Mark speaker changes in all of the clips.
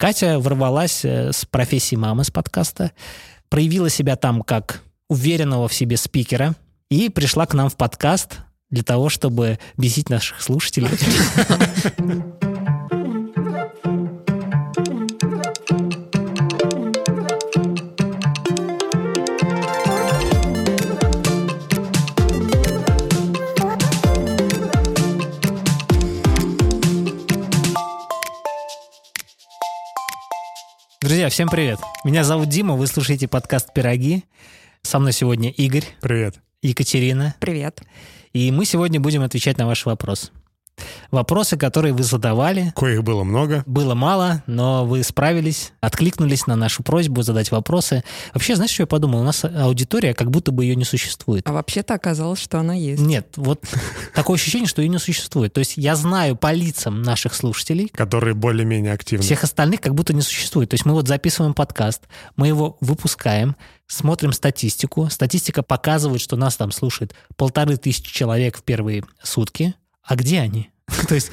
Speaker 1: Катя ворвалась э, с профессии мамы с подкаста, проявила себя там как уверенного в себе спикера и пришла к нам в подкаст для того, чтобы бесить наших слушателей. Друзья, всем привет. Меня зовут Дима, вы слушаете подкаст «Пироги». Со мной сегодня Игорь,
Speaker 2: Привет.
Speaker 1: Екатерина.
Speaker 3: Привет.
Speaker 1: И мы сегодня будем отвечать на ваши вопросы. Вопросы, которые вы задавали,
Speaker 2: Коих было много.
Speaker 1: было мало, но вы справились, откликнулись на нашу просьбу задать вопросы. Вообще, знаешь, что я подумал? У нас аудитория, как будто бы ее не существует.
Speaker 3: А вообще-то оказалось, что она есть.
Speaker 1: Нет, вот такое ощущение, что ее не существует. То есть я знаю по лицам наших слушателей,
Speaker 2: Которые более-менее активны.
Speaker 1: Всех остальных как будто не существует. То есть мы вот записываем подкаст, мы его выпускаем, смотрим статистику. Статистика показывает, что нас там слушает полторы тысячи человек в первые сутки. А где они? То есть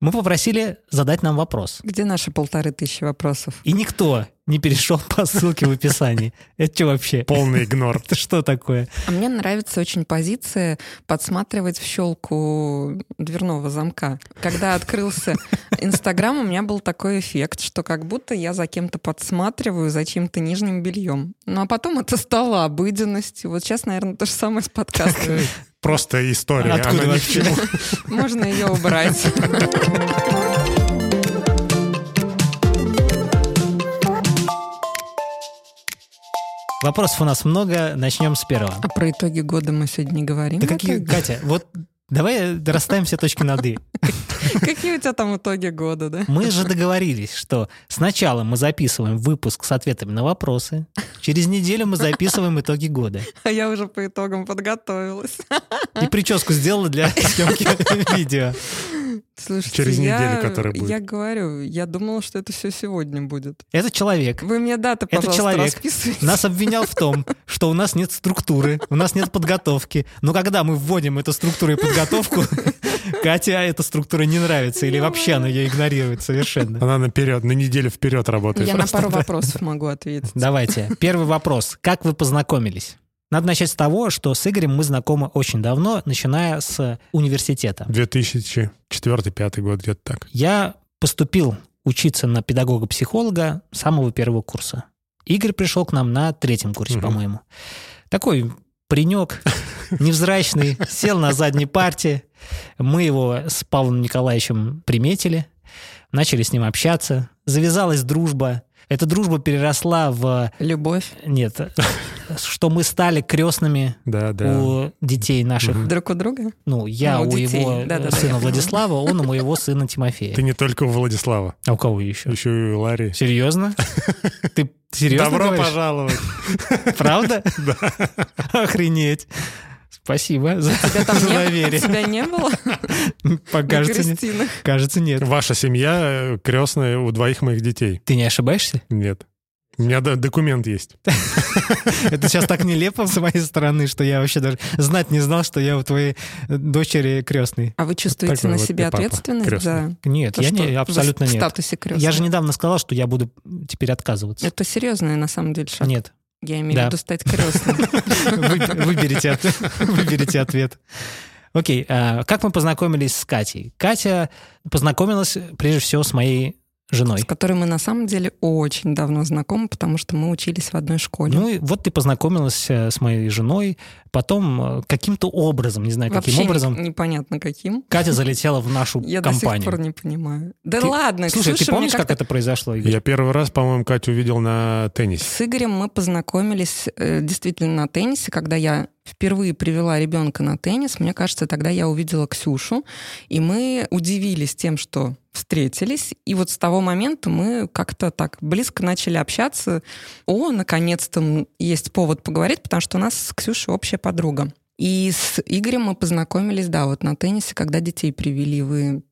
Speaker 1: мы попросили задать нам вопрос.
Speaker 3: Где наши полторы тысячи вопросов?
Speaker 1: И никто не перешел по ссылке в описании. Это что вообще?
Speaker 2: Полный игнор.
Speaker 1: Это что такое?
Speaker 3: А мне нравится очень позиция подсматривать в щелку дверного замка. Когда открылся Инстаграм, у меня был такой эффект, что как будто я за кем-то подсматриваю, за чьим-то нижним бельем. Ну а потом это стало обыденностью. Вот сейчас, наверное, то же самое с подкастом.
Speaker 2: Просто история.
Speaker 1: Откуда
Speaker 2: а Она ни к
Speaker 1: вообще?
Speaker 2: чему.
Speaker 3: Можно ее убрать.
Speaker 1: Вопросов у нас много, начнем с первого.
Speaker 3: А про итоги года мы сегодня не говорим.
Speaker 1: Да какие,
Speaker 3: ну Это-
Speaker 1: Катя, вот давай расставим все точки над «и».
Speaker 3: Какие у тебя там итоги года, да?
Speaker 1: Мы же договорились, что сначала мы записываем выпуск с ответами на вопросы, через неделю мы записываем итоги года.
Speaker 3: А я уже по итогам подготовилась.
Speaker 1: И прическу сделала для съемки видео.
Speaker 3: Слушайте,
Speaker 2: Через
Speaker 3: я,
Speaker 2: неделю, которая будет.
Speaker 3: Я говорю, я думала, что это все сегодня будет.
Speaker 1: Этот человек
Speaker 3: Вы мне даты,
Speaker 1: Это
Speaker 3: пожалуйста,
Speaker 1: человек.
Speaker 3: расписывайте.
Speaker 1: нас обвинял в том, что у нас нет структуры, у нас нет подготовки. Но когда мы вводим эту структуру и подготовку, Катя эта структура не нравится или вообще она ее игнорирует совершенно.
Speaker 2: Она наперед, на неделю вперед работает.
Speaker 3: Я на
Speaker 2: Просто
Speaker 3: пару вопросов могу ответить.
Speaker 1: Давайте. Первый вопрос. Как вы познакомились? Надо начать с того, что с Игорем мы знакомы очень давно, начиная с университета.
Speaker 2: 2004-2005 год, где-то так.
Speaker 1: Я поступил учиться на педагога-психолога с самого первого курса. Игорь пришел к нам на третьем курсе,
Speaker 2: Мгм.
Speaker 1: по-моему. Такой паренек, невзрачный, сел на задней парте. Мы его с Павлом Николаевичем приметили, начали с ним общаться. Завязалась дружба. Эта дружба переросла в...
Speaker 3: Любовь.
Speaker 1: Нет, что мы стали крестными
Speaker 2: Да, да.
Speaker 1: у детей наших.
Speaker 2: Мгм.
Speaker 3: Друг у друга?
Speaker 1: Ну, я
Speaker 3: Ну,
Speaker 1: у,
Speaker 3: у детей.
Speaker 1: его
Speaker 3: Да-да-да, я
Speaker 1: сына
Speaker 3: поняла.
Speaker 1: Владислава, он у моего сына Тимофея.
Speaker 2: Ты не только у Владислава,
Speaker 1: А у кого еще?
Speaker 2: еще и у Ларри.
Speaker 1: Серьезно? Ты серьезно
Speaker 2: Добро
Speaker 1: говоришь?
Speaker 2: пожаловать.
Speaker 1: Правда? Да. Охренеть. Спасибо за,
Speaker 3: Тебя там
Speaker 1: за
Speaker 3: не было?
Speaker 1: доверие.
Speaker 3: Тебя не было?
Speaker 1: По-
Speaker 3: На
Speaker 1: Э, Кажется, не-
Speaker 3: крестинах?
Speaker 1: кажется, нет.
Speaker 2: Ваша семья э, крестная у двоих моих детей.
Speaker 1: Ты не ошибаешься?
Speaker 2: Нет. У меня да, документ есть.
Speaker 1: Это сейчас так нелепо с моей стороны, что я вообще даже знать не знал, что я у твоей э, дочери крестный.
Speaker 3: А вы чувствуете
Speaker 2: Такой
Speaker 3: на
Speaker 2: вот
Speaker 3: себе
Speaker 1: э,
Speaker 2: ты папа
Speaker 3: ответственность за
Speaker 1: Нет,
Speaker 3: то,
Speaker 1: я
Speaker 3: что
Speaker 1: не,
Speaker 3: вы
Speaker 1: абсолютно
Speaker 3: в
Speaker 1: нет.
Speaker 3: статусе крестного?
Speaker 1: Я же недавно сказал, что я буду теперь отказываться.
Speaker 3: Это серьезный, на самом деле, шаг.
Speaker 1: Нет.
Speaker 3: Я имею
Speaker 1: Ну, Да.
Speaker 3: в виду стать крестным.
Speaker 1: Вы- Выберите, от- выберите ответ. Окей, а как мы познакомились с Катей? Катя познакомилась прежде всего с моей женой.
Speaker 3: С которой мы на самом деле очень давно знакомы, потому что мы учились в одной школе.
Speaker 1: Ну и вот ты познакомилась э, с моей женой, потом э, каким-то образом, не знаю, каким
Speaker 3: Вообще
Speaker 1: образом,
Speaker 3: не- непонятно каким.
Speaker 1: Катя залетела в нашу
Speaker 3: Я до сих пор
Speaker 1: компанию.
Speaker 3: не понимаю. Да
Speaker 1: Ты-
Speaker 3: ладно,
Speaker 1: Слушай, ты
Speaker 3: Ксюша, мне
Speaker 1: помнишь, как
Speaker 3: как-то-
Speaker 1: это произошло? Игорь?
Speaker 2: Я первый раз, по-моему, Катю увидел на теннисе.
Speaker 3: С Игорем мы познакомились э, действительно на теннисе, когда я впервые привела ребенка на теннис. Мне кажется, тогда я увидела Ксюшу, и мы удивились тем, что встретились. И вот с того момента мы как-то так близко начали общаться. О, наконец-то м, есть повод поговорить, потому что у нас с Ксюшей общая подруга. И с Игорем мы познакомились, да, вот на теннисе, когда детей привели. Вы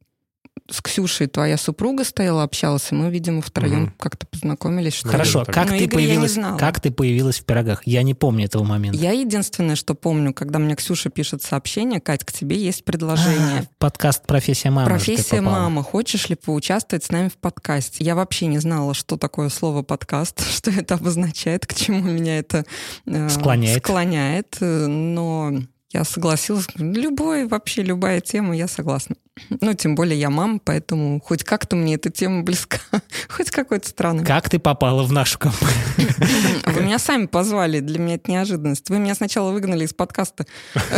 Speaker 3: с Ксюшей, твоя супруга стояла, общалась, и мы, видимо, втроем
Speaker 2: Мгм.
Speaker 3: как-то познакомились. что ли.
Speaker 1: Хорошо,
Speaker 2: Ну, так.
Speaker 1: как
Speaker 3: Ну,
Speaker 1: ты
Speaker 3: Игоря я не
Speaker 1: появилась?
Speaker 3: знала.
Speaker 1: Как ты появилась в пирогах? Я не помню этого момента.
Speaker 3: Я единственное, что помню, когда мне Ксюша пишет сообщение, Кать, к тебе есть предложение.
Speaker 1: А, подкаст «Профессия мамы». же ты
Speaker 3: Профессия
Speaker 1: попала.
Speaker 3: мама, хочешь ли поучаствовать с нами в подкасте? Я вообще не знала, что такое слово подкаст, что это обозначает, к чему меня это э,
Speaker 1: Склоняет.
Speaker 3: склоняет, э, но я согласилась. Любой, вообще любая тема, я согласна. Ну, тем более я мама, поэтому хоть как-то мне эта тема близка, хоть с какой-то стороны.
Speaker 1: Как ты попала в нашу компанию?
Speaker 3: Вы меня сами позвали, для меня это неожиданность. Вы меня сначала выгнали из подкаста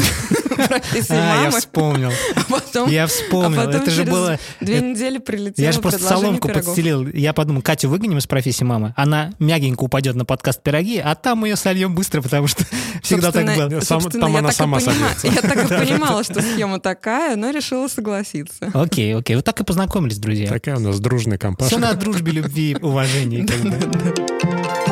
Speaker 1: А,
Speaker 3: «Профессия
Speaker 1: я
Speaker 3: мамы»,
Speaker 1: вспомнил.
Speaker 3: а потом
Speaker 1: Я вспомнил.
Speaker 3: а потом
Speaker 1: Это же
Speaker 3: через
Speaker 1: было...
Speaker 3: две
Speaker 1: это-
Speaker 3: недели прилетело
Speaker 1: Я же просто
Speaker 3: предложение
Speaker 1: соломку
Speaker 3: пирогов.
Speaker 1: подстелил. Я подумал, Катю выгоним из профессии мамы. Она мягенько упадет на подкаст «Пироги», а там мы ее сольем быстро, потому что всегда так
Speaker 3: Собственно,
Speaker 1: было.
Speaker 2: Сам-
Speaker 3: собственно,
Speaker 2: там
Speaker 3: я
Speaker 2: она
Speaker 3: так и
Speaker 2: сама
Speaker 3: понима-
Speaker 2: садится.
Speaker 3: Я так и понимала, что схема такая, но решила согласиться.
Speaker 1: Окей, окей. Вот так и познакомились, друзья.
Speaker 2: Такая у нас дружная
Speaker 1: Все
Speaker 2: компашка.
Speaker 1: на дружбе, любви, уважении. как бы.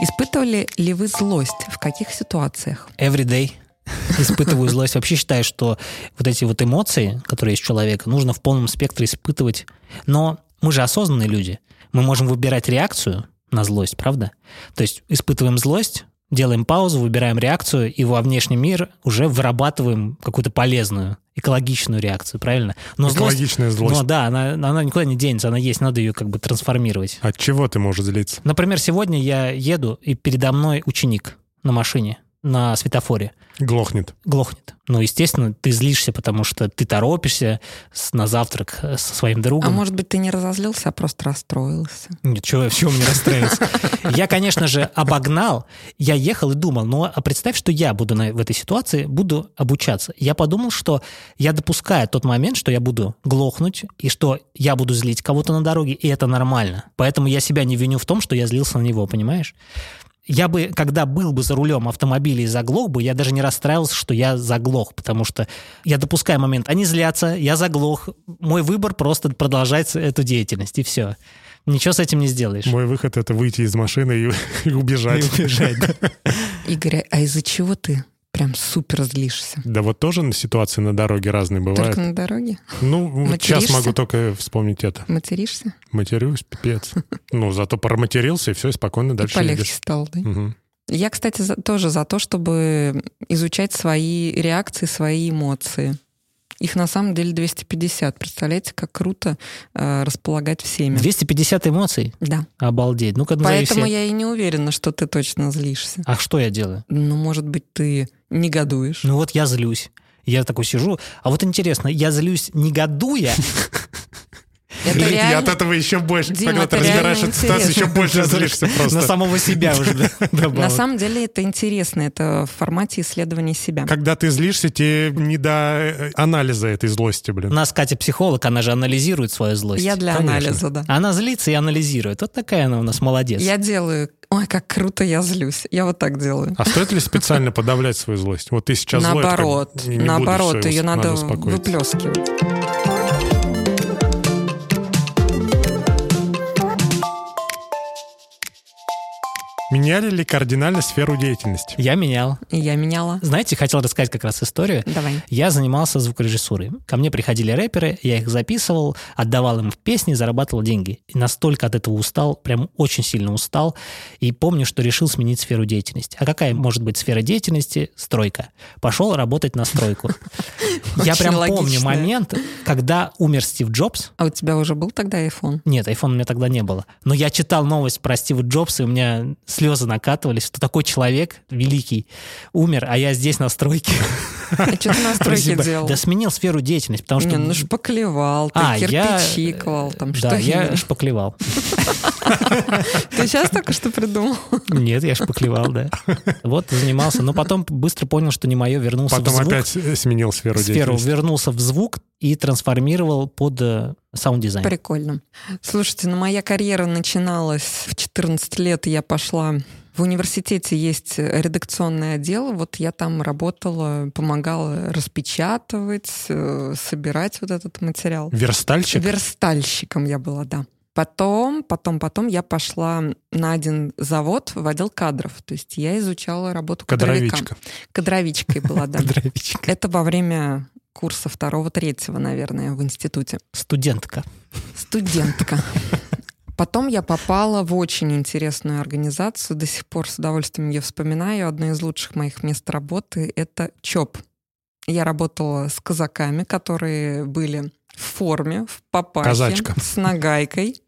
Speaker 3: Испытывали ли вы злость? В каких ситуациях?
Speaker 1: Every day испытываю злость. Вообще считаю, что вот эти вот эмоции, которые есть у человека, нужно в полном спектре испытывать. Но мы же осознанные люди. Мы можем выбирать реакцию на злость, правда? То есть испытываем злость, делаем паузу, выбираем реакцию, и во внешний мир уже вырабатываем какую-то полезную, экологичную реакцию, правильно? Но злость...
Speaker 2: Экологичная злость.
Speaker 1: Ну да, она, она никуда не денется, она есть, надо ее как бы трансформировать.
Speaker 2: От чего ты можешь злиться?
Speaker 1: Например, сегодня я еду, и передо мной ученик на машине, на светофоре
Speaker 2: Глохнет.
Speaker 1: глохнет. Ну, естественно, ты злишься, потому что ты торопишься с- на завтрак э, со своим другом.
Speaker 3: А может быть, ты не разозлился, а просто расстроился?
Speaker 1: Нет, чего, в чем мне расстраиваться? Я, конечно же, обогнал. Я ехал и думал, ну, а представь, что я буду на, в этой ситуации, буду обучаться. Я подумал, что я допускаю тот момент, что я буду глохнуть, и что я буду злить кого-то на дороге, и это нормально. Поэтому я себя не виню в том, что я злился на него, понимаешь? Я бы, когда был бы за рулем автомобиля и заглох бы, я даже не расстраивался, что я заглох, потому что я допускаю момент, они злятся, я заглох, мой выбор просто продолжать эту деятельность, и все. Ничего с этим не сделаешь.
Speaker 2: Мой выход — это выйти из машины и, и убежать.
Speaker 1: И убежать, да.
Speaker 3: Игорь, а из-за чего ты прям супер злишься?
Speaker 2: Да вот тоже ситуации на дороге разные бывают.
Speaker 3: Только на дороге?
Speaker 2: Ну, вот сейчас
Speaker 3: Материшься?
Speaker 2: могу только вспомнить это.
Speaker 3: Материшься?
Speaker 2: Матерюсь, пипец. Ну, зато проматерился, и все, спокойно
Speaker 3: И
Speaker 2: дальше
Speaker 3: полегче
Speaker 2: едешь.
Speaker 3: стало, да?
Speaker 2: Мгм.
Speaker 3: Я, кстати, за- тоже за то, чтобы изучать свои реакции, свои эмоции. Их на самом деле 250. Представляете, как круто э, располагать всеми.
Speaker 1: 250 эмоций?
Speaker 3: Да.
Speaker 1: Обалдеть. Ну-ка, назови
Speaker 3: Поэтому
Speaker 1: все.
Speaker 3: я и не уверена, что ты точно злишься.
Speaker 1: А что я делаю?
Speaker 3: Ну, может быть, ты негодуешь.
Speaker 1: Ну вот я злюсь. Я такой сижу. А вот интересно, я злюсь негодуя?
Speaker 3: Это
Speaker 2: Блин, я от
Speaker 3: реально...
Speaker 2: этого еще больше,
Speaker 3: Дима,
Speaker 2: когда ты
Speaker 3: это реально
Speaker 2: разбираешь эту ситуацию, еще
Speaker 3: интересно.
Speaker 2: больше злишься
Speaker 1: На
Speaker 2: просто.
Speaker 1: самого себя уже да, добавил.
Speaker 3: На самом деле это интересно. Это в формате исследования себя.
Speaker 2: Когда ты злишься, тебе не до э, анализа этой злости,
Speaker 1: У
Speaker 2: блин.
Speaker 1: нас Катя психолог, она же анализирует свою злость.
Speaker 3: Я для
Speaker 2: Конечно.
Speaker 3: анализа, да.
Speaker 1: Она злится и анализирует. Вот такая она у нас молодец.
Speaker 3: Я делаю... Ой, как круто я злюсь. Я вот так делаю.
Speaker 2: А стоит ли специально подавлять свою злость? Вот ты сейчас злой, это как бы
Speaker 3: наоборот,
Speaker 2: не- не будешь,
Speaker 3: наоборот,
Speaker 2: всё,
Speaker 3: ее надо,
Speaker 2: успокоиться.
Speaker 3: выплескивать.
Speaker 2: Меняли ли кардинально сферу деятельности?
Speaker 1: Я менял.
Speaker 3: И я меняла.
Speaker 1: Знаете, хотел рассказать как раз историю.
Speaker 3: Давай.
Speaker 1: Я занимался звукорежиссурой. Ко мне приходили рэперы, я их записывал, отдавал им в песни, зарабатывал деньги. И настолько от этого устал, прям очень сильно устал. И помню, что решил сменить сферу деятельности. А какая может быть сфера деятельности? Стройка. Пошел работать на стройку. Я
Speaker 3: Очень
Speaker 1: прям помню
Speaker 3: логичная.
Speaker 1: момент, когда умер Стив Джобс.
Speaker 3: А у тебя уже был тогда iPhone?
Speaker 1: Нет, iPhone у меня тогда не было. Но я читал новость про Стива Джобса, и у меня слезы накатывались, что такой человек великий умер, а я здесь на стройке.
Speaker 3: А что ты настройки
Speaker 1: Спасибо.
Speaker 3: делал?
Speaker 1: Да сменил сферу деятельности, потому что...
Speaker 3: Не, ну шпаклевал, ты
Speaker 1: А, я-
Speaker 3: кирпичи клал, там что
Speaker 1: Да, я
Speaker 3: именно?
Speaker 1: шпаклевал.
Speaker 3: Ты сейчас только что придумал?
Speaker 1: Нет, я шпаклевал, да. Вот, занимался. Но потом быстро понял, что не мое, вернулся
Speaker 2: Потом
Speaker 1: в Ну, звук.
Speaker 2: опять э, сменил сферу,
Speaker 1: сферу
Speaker 2: деятельности.
Speaker 1: вернулся в звук и трансформировал под э, саунд-дизайн.
Speaker 3: Прикольно. Слушайте, ну моя карьера начиналась в 14 лет, я пошла в университете есть редакционное отдел, вот я там работала, помогала распечатывать, э, собирать вот этот материал.
Speaker 2: Верстальщик?
Speaker 3: Верстальщиком я была, да. Потом, потом, потом я пошла на один завод в отдел кадров. То есть я изучала работу кадровика.
Speaker 2: Кадровичка.
Speaker 3: Кадровичкой была, да.
Speaker 1: Кадровичка.
Speaker 3: Это во время курса второго-третьего, наверное, в институте.
Speaker 1: Студентка.
Speaker 3: Студентка. Потом я попала в очень интересную организацию. До сих пор с удовольствием ее вспоминаю. Одно из лучших моих мест работы — это ЧОП. Я работала с казаками, которые были в форме, в папахе,
Speaker 2: Казачка.
Speaker 3: с нагайкой.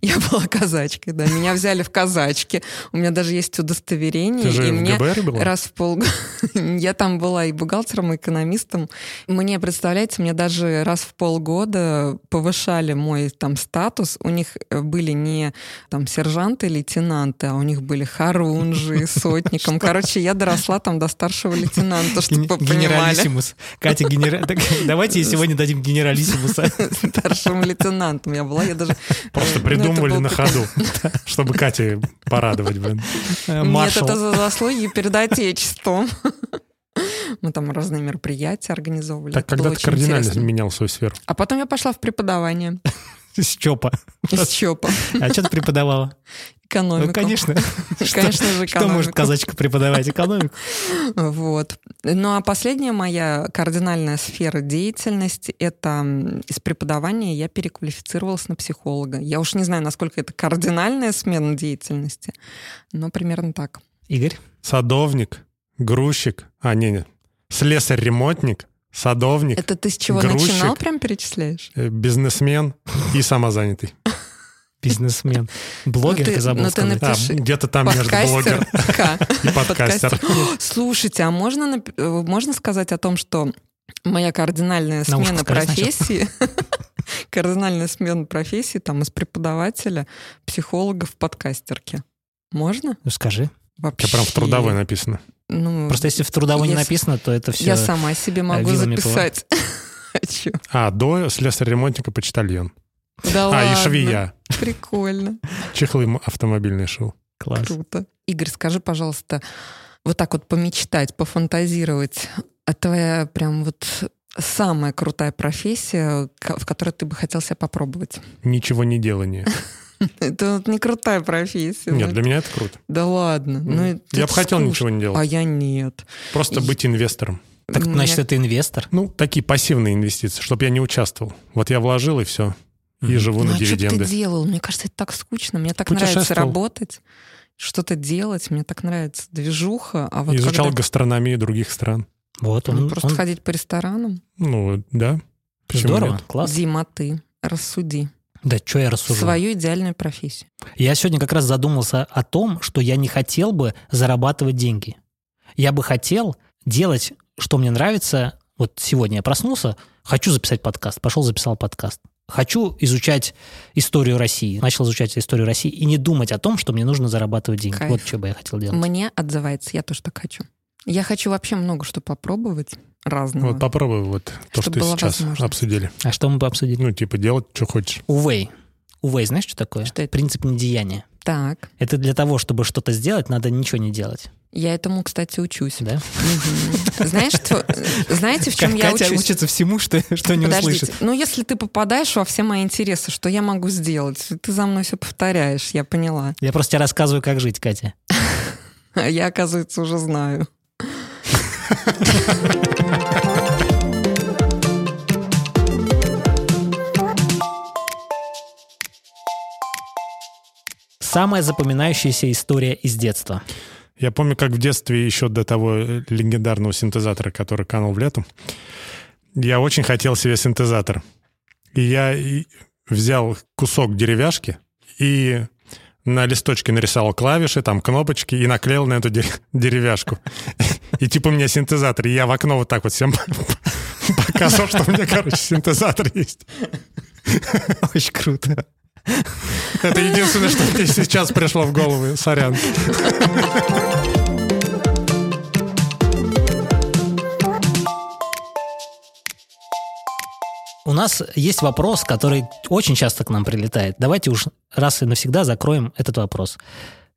Speaker 3: Я была казачкой, да. Меня взяли в казачки. У меня даже есть удостоверение.
Speaker 2: Ты же
Speaker 3: и
Speaker 2: в
Speaker 3: мне
Speaker 2: ГБР была?
Speaker 3: Раз в полгода. Я там была и бухгалтером, и экономистом. Мне, представляете, мне даже раз в полгода повышали мой там статус. У них э, были не там сержанты, лейтенанты, а у них были харунжи, сотником. Короче, я доросла там до старшего лейтенанта, чтобы вы понимали.
Speaker 1: Генералиссимус. Катя, генера- так, давайте ей сегодня дадим генералиссимуса. э,
Speaker 3: Старшим лейтенантом я была. Я даже...
Speaker 2: Просто
Speaker 3: Ну, это
Speaker 2: придумывали
Speaker 3: был
Speaker 2: на
Speaker 3: прикол.
Speaker 2: ходу, чтобы Кате порадовать, блин.
Speaker 1: Э,
Speaker 3: Нет,
Speaker 1: Маршал.
Speaker 3: это за заслуги перед Отечеством. Мы там разные мероприятия организовывали.
Speaker 2: Так
Speaker 3: Это было
Speaker 2: когда ты
Speaker 3: очень
Speaker 2: кардинально
Speaker 3: интересно.
Speaker 2: менял свою сферу?
Speaker 3: А потом я пошла в преподавание
Speaker 1: С ЧОПа.
Speaker 3: из ЧОПа.
Speaker 1: А что ты преподавала?
Speaker 3: Экономику.
Speaker 1: Ну, конечно.
Speaker 3: Конечно же,
Speaker 1: Что может
Speaker 3: экономику.
Speaker 1: казачка преподавать? Экономику.
Speaker 3: Вот. Ну а последняя моя кардинальная сфера деятельности — это м, из преподавания я переквалифицировалась на психолога. Я уж не знаю, насколько это кардинальная смена деятельности, но примерно так.
Speaker 1: Игорь?
Speaker 2: Садовник, грузчик, а не, не, слесарь-ремонтник, садовник,
Speaker 3: Это ты с чего
Speaker 2: Грузчик.
Speaker 3: начинал, прям перечисляешь?
Speaker 2: э, бизнесмен и самозанятый.
Speaker 1: Бизнесмен.
Speaker 3: Ну,
Speaker 1: Блогер,
Speaker 3: ты-
Speaker 1: ты забыл
Speaker 3: ну, ты
Speaker 1: сказать.
Speaker 2: А,
Speaker 3: Напиши.
Speaker 2: где-то там между блогер
Speaker 3: Подкастер. Ка.
Speaker 2: и подкастер.
Speaker 3: Слушайте, а можно, нап- э, можно сказать о том, что моя кардинальная
Speaker 1: На ушко
Speaker 3: смена
Speaker 1: скажи сначала.
Speaker 3: профессии, кардинальная смена профессии там из преподавателя, психолога в подкастерке? Можно?
Speaker 1: Ну, скажи.
Speaker 3: Вообще.
Speaker 2: Я прям в трудовой написано.
Speaker 3: Ну,
Speaker 1: Просто если в трудовой не
Speaker 3: Если-
Speaker 1: написано, то это все...
Speaker 3: я сама себе могу
Speaker 1: вилами по-
Speaker 3: записать. Хочу.
Speaker 2: А, до слесарь-ремонтника почтальон.
Speaker 3: Да
Speaker 2: А, и
Speaker 3: ладно.
Speaker 2: швея.
Speaker 3: Прикольно.
Speaker 2: Чехлы м- автомобильные шил.
Speaker 1: Класс.
Speaker 3: Круто. Игорь, скажи, пожалуйста, вот так вот помечтать, пофантазировать, а твоя прям вот самая крутая профессия, ко- в которой ты бы хотел себя попробовать?
Speaker 2: Ничего не делание.
Speaker 3: Это вот не крутая профессия.
Speaker 2: Нет,
Speaker 3: ну,
Speaker 2: для меня это круто.
Speaker 3: Да ладно. Ну, это
Speaker 2: Я бы хотел
Speaker 3: скучно.
Speaker 2: ничего не
Speaker 3: А
Speaker 2: делать.
Speaker 3: я нет.
Speaker 2: Просто
Speaker 3: и-
Speaker 2: быть инвестором.
Speaker 1: Так,
Speaker 3: Мне-
Speaker 1: значит, это инвестор?
Speaker 2: Ну, такие пассивные инвестиции, чтобы я не участвовал. Вот я вложил и все. И
Speaker 1: Мгм.
Speaker 2: живу
Speaker 3: ну,
Speaker 2: на
Speaker 3: а что бы ты
Speaker 2: дивиденды.
Speaker 3: делал? Мне кажется, это так скучно. Мне так нравится
Speaker 2: Путешествовал.
Speaker 3: работать, что-то делать. Мне так нравится движуха. А вот
Speaker 2: Изучал
Speaker 3: когда-
Speaker 2: гастрономию других стран.
Speaker 1: Вот,
Speaker 3: Ну,
Speaker 1: он,
Speaker 3: просто
Speaker 1: он-
Speaker 3: ходить по ресторанам.
Speaker 2: Ну, да. Почему
Speaker 1: здорово,
Speaker 2: нет?
Speaker 1: класс.
Speaker 3: Дима, ты рассуди
Speaker 1: Да, что я рассужу?
Speaker 3: свою идеальную профессию.
Speaker 1: Я сегодня как раз задумался о том, что я не хотел бы зарабатывать деньги. Я бы хотел делать, что мне нравится. Вот сегодня я проснулся, хочу записать подкаст, пошел записал подкаст. Хочу изучать историю России. Начал изучать историю России и не думать о том, что мне нужно зарабатывать деньги.
Speaker 3: Кайф.
Speaker 1: Вот что бы я хотел делать.
Speaker 3: Мне отзывается, я тоже так хочу. Я хочу вообще много что попробовать разного.
Speaker 2: Вот попробуй вот то, что
Speaker 3: Чтобы была
Speaker 2: сейчас
Speaker 3: возможность.
Speaker 2: обсудили.
Speaker 1: А что мы бы обсудили?
Speaker 2: Ну, типа делать, что хочешь.
Speaker 1: Увей. Увей, знаешь, что такое?
Speaker 3: Что это?
Speaker 1: Принцип недеяния.
Speaker 3: Так,
Speaker 1: Это для того, чтобы что-то сделать, надо ничего не делать.
Speaker 3: я этому, кстати, учусь.
Speaker 1: Да?
Speaker 3: Мгм. Знаешь, что, э, знаете, в чем я
Speaker 1: Катя
Speaker 3: учусь?
Speaker 1: учится всему, что, что не
Speaker 3: Подождите,
Speaker 1: услышит.
Speaker 3: ну если ты попадаешь во все мои интересы, что я могу сделать? Ты за мной все повторяешь, я поняла.
Speaker 1: Я просто тебе рассказываю, как жить, Катя.
Speaker 3: А я, оказывается, уже знаю.
Speaker 1: Самая запоминающаяся история из детства.
Speaker 2: Я помню, как в детстве, еще до того э, легендарного синтезатора, который канул в лету, я очень хотел себе синтезатор. И я и взял кусок деревяшки и на листочке нарисовал клавиши, там кнопочки и наклеил на эту де- деревяшку. И типа у меня синтезатор. И я в окно вот так вот всем показывал, что у меня, короче, синтезатор есть.
Speaker 1: Очень круто.
Speaker 2: Это единственное, что мне сейчас пришло в голову. Сорян.
Speaker 1: У нас есть вопрос, который очень часто к нам прилетает. Давайте уж раз и навсегда закроем этот вопрос.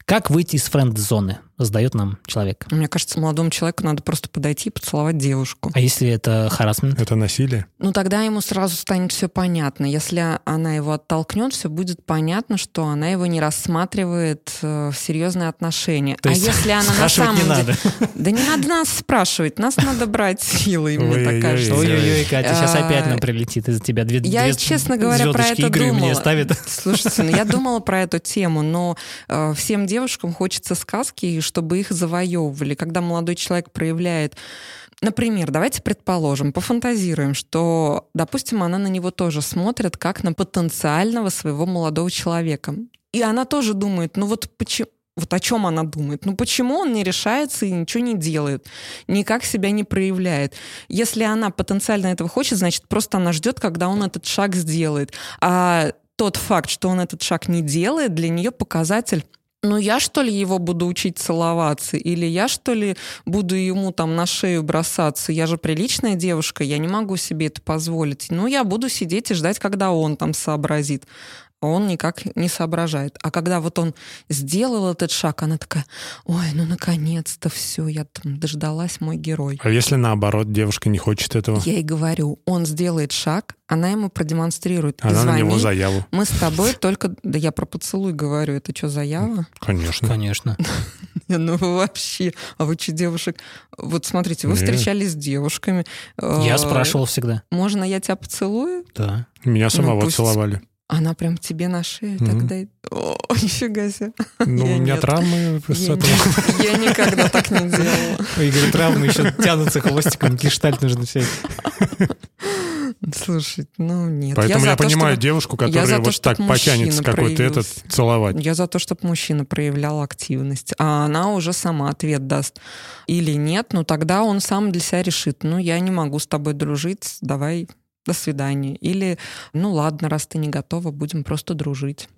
Speaker 1: Как выйти из френд-зоны? задает нам человек.
Speaker 3: Мне кажется, молодому человеку надо просто подойти и поцеловать девушку.
Speaker 1: А если это харасмент?
Speaker 2: Это насилие.
Speaker 3: Ну, тогда ему сразу станет все понятно. Если она его оттолкнет, все будет понятно, что она его не рассматривает э, в серьезные отношения.
Speaker 1: То
Speaker 3: а
Speaker 1: есть
Speaker 3: если она на
Speaker 1: спрашивать
Speaker 3: самом
Speaker 1: не
Speaker 3: деле...
Speaker 1: надо.
Speaker 3: Да не надо нас спрашивать, нас надо брать силой, мне так
Speaker 2: Ой-ой-ой.
Speaker 3: кажется.
Speaker 1: Ой-ой-ой, Катя, сейчас
Speaker 3: А,
Speaker 1: опять нам прилетит из-за тебя две,
Speaker 3: я,
Speaker 1: две
Speaker 3: честно говоря, про
Speaker 1: звездочки
Speaker 3: это
Speaker 1: игры мне
Speaker 3: думала.
Speaker 1: ставит.
Speaker 3: Слушайте, ну я думала про эту тему, но э, всем девушкам хочется сказки, и чтобы их завоевывали. Когда молодой человек проявляет... Например, давайте предположим, пофантазируем, что, допустим, она на него тоже смотрит, как на потенциального своего молодого человека. И она тоже думает, ну вот почему... Вот о чем она думает? Ну почему он не решается и ничего не делает, никак себя не проявляет? Если она потенциально этого хочет, значит просто она ждет, когда он этот шаг сделает. А тот факт, что он этот шаг не делает, для нее показатель. Ну, я, что ли, его буду учить целоваться? Или я, что ли, буду ему там на шею бросаться? Я же приличная девушка, я не могу себе это позволить. Ну, я буду сидеть и ждать, когда он там сообразит. А он никак не соображает. А когда вот он сделал этот шаг, она такая, ой, ну, наконец-то все, я там дождалась, мой герой.
Speaker 2: А если наоборот, девушка не хочет этого?
Speaker 3: Я и говорю, он сделает шаг, она ему продемонстрирует. и
Speaker 2: Она на него
Speaker 3: звони,
Speaker 2: заяву.
Speaker 3: мы с тобой только... Да я про поцелуй говорю, это что, заява?
Speaker 2: Конечно.
Speaker 1: Конечно.
Speaker 3: Не, Ну вы вообще, а вы что, девушек? Вот смотрите, вы
Speaker 2: Нет.
Speaker 3: встречались с девушками. э,
Speaker 1: Я спрашивал всегда.
Speaker 3: Можно я тебя поцелую?
Speaker 1: Да.
Speaker 2: Меня самого
Speaker 3: Ну, пусть-
Speaker 2: целовали.
Speaker 3: Она прям тебе на шею
Speaker 2: Мгм.
Speaker 3: тогда... и- О, нифига себе.
Speaker 2: Ну,
Speaker 3: Я
Speaker 2: у меня
Speaker 3: нет.
Speaker 2: травмы с
Speaker 3: Я,
Speaker 2: этого.
Speaker 3: ни- я никогда так не делала.
Speaker 1: Игорь, травмы еще тянутся хвостиком, гештальт нужно все.
Speaker 3: Слушай, ну нет.
Speaker 2: Поэтому
Speaker 3: за
Speaker 2: я,
Speaker 3: то,
Speaker 2: понимаю
Speaker 3: чтобы-
Speaker 2: девушку,
Speaker 3: я за
Speaker 2: которая
Speaker 3: то,
Speaker 2: вот так
Speaker 3: чтоб
Speaker 2: потянется
Speaker 3: мужчина
Speaker 2: какой-то этот
Speaker 3: проявился.
Speaker 2: целовать.
Speaker 3: Я за то, чтобы мужчина проявлял активность, а она уже сама ответ даст или нет, ну тогда он сам для себя решит, ну я не могу с тобой дружить, давай до свидания. Или, ну ладно, раз ты не готова, будем просто дружить.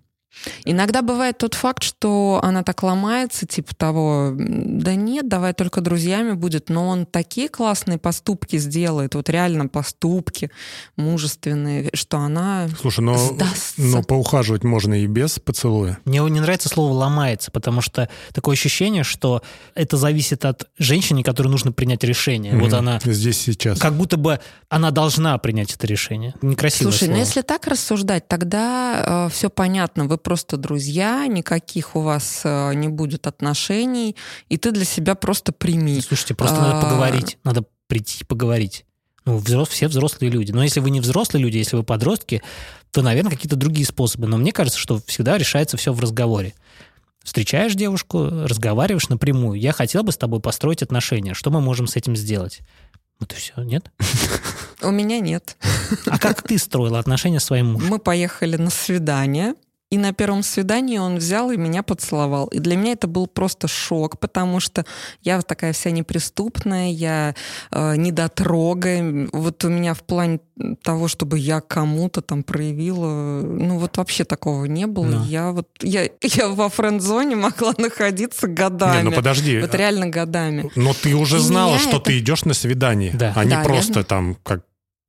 Speaker 3: Иногда бывает тот факт, что она так ломается, типа того, «М, да нет, давай только друзьями будет, но он такие классные поступки сделает, вот реально поступки мужественные, что она...
Speaker 2: Слушай, но,
Speaker 3: Сдастся.
Speaker 2: но поухаживать можно и без поцелуя.
Speaker 1: Мне не нравится слово «ломается», потому что такое ощущение, что это зависит от женщины, которой нужно принять решение. Вот
Speaker 2: Мгм.
Speaker 1: она
Speaker 2: Здесь сейчас.
Speaker 1: как будто бы она должна принять это решение. Некрасивое
Speaker 3: Слушай,
Speaker 1: слово.
Speaker 3: ну если так рассуждать, тогда все понятно. Вы просто друзья, никаких у вас э, не будет отношений, и ты для себя просто прими.
Speaker 1: Слушайте, просто надо
Speaker 3: А.
Speaker 1: поговорить. Надо прийти и поговорить. Ну, взрос- все взрослые люди. Но если вы не взрослые люди, если вы подростки, то, наверное, какие-то другие способы. Но мне кажется, что всегда решается все в разговоре. Встречаешь девушку, разговариваешь напрямую. Я хотел бы с тобой построить отношения. Что мы можем с этим сделать? Вот и все, нет?
Speaker 3: У меня нет.
Speaker 1: А как ты строила отношения с своим мужем?
Speaker 3: Мы поехали на свидание. И на первом свидании он взял и меня поцеловал. И для меня это был просто шок, потому что я вот такая вся неприступная, я э, недотрога. Вот у меня в плане того, чтобы я кому-то там проявила, ну вот вообще такого не было.
Speaker 1: Да.
Speaker 3: Я вот я, я во френд-зоне могла находиться
Speaker 2: Не,
Speaker 3: годами.
Speaker 2: ну подожди.
Speaker 3: вот реально годами.
Speaker 2: Но ты уже
Speaker 3: И
Speaker 2: знала,
Speaker 3: меня
Speaker 2: что
Speaker 3: это-
Speaker 2: ты идешь на свидание,
Speaker 1: Да.
Speaker 2: а
Speaker 3: Да,
Speaker 2: не
Speaker 3: я
Speaker 2: просто
Speaker 3: знаю.
Speaker 2: там как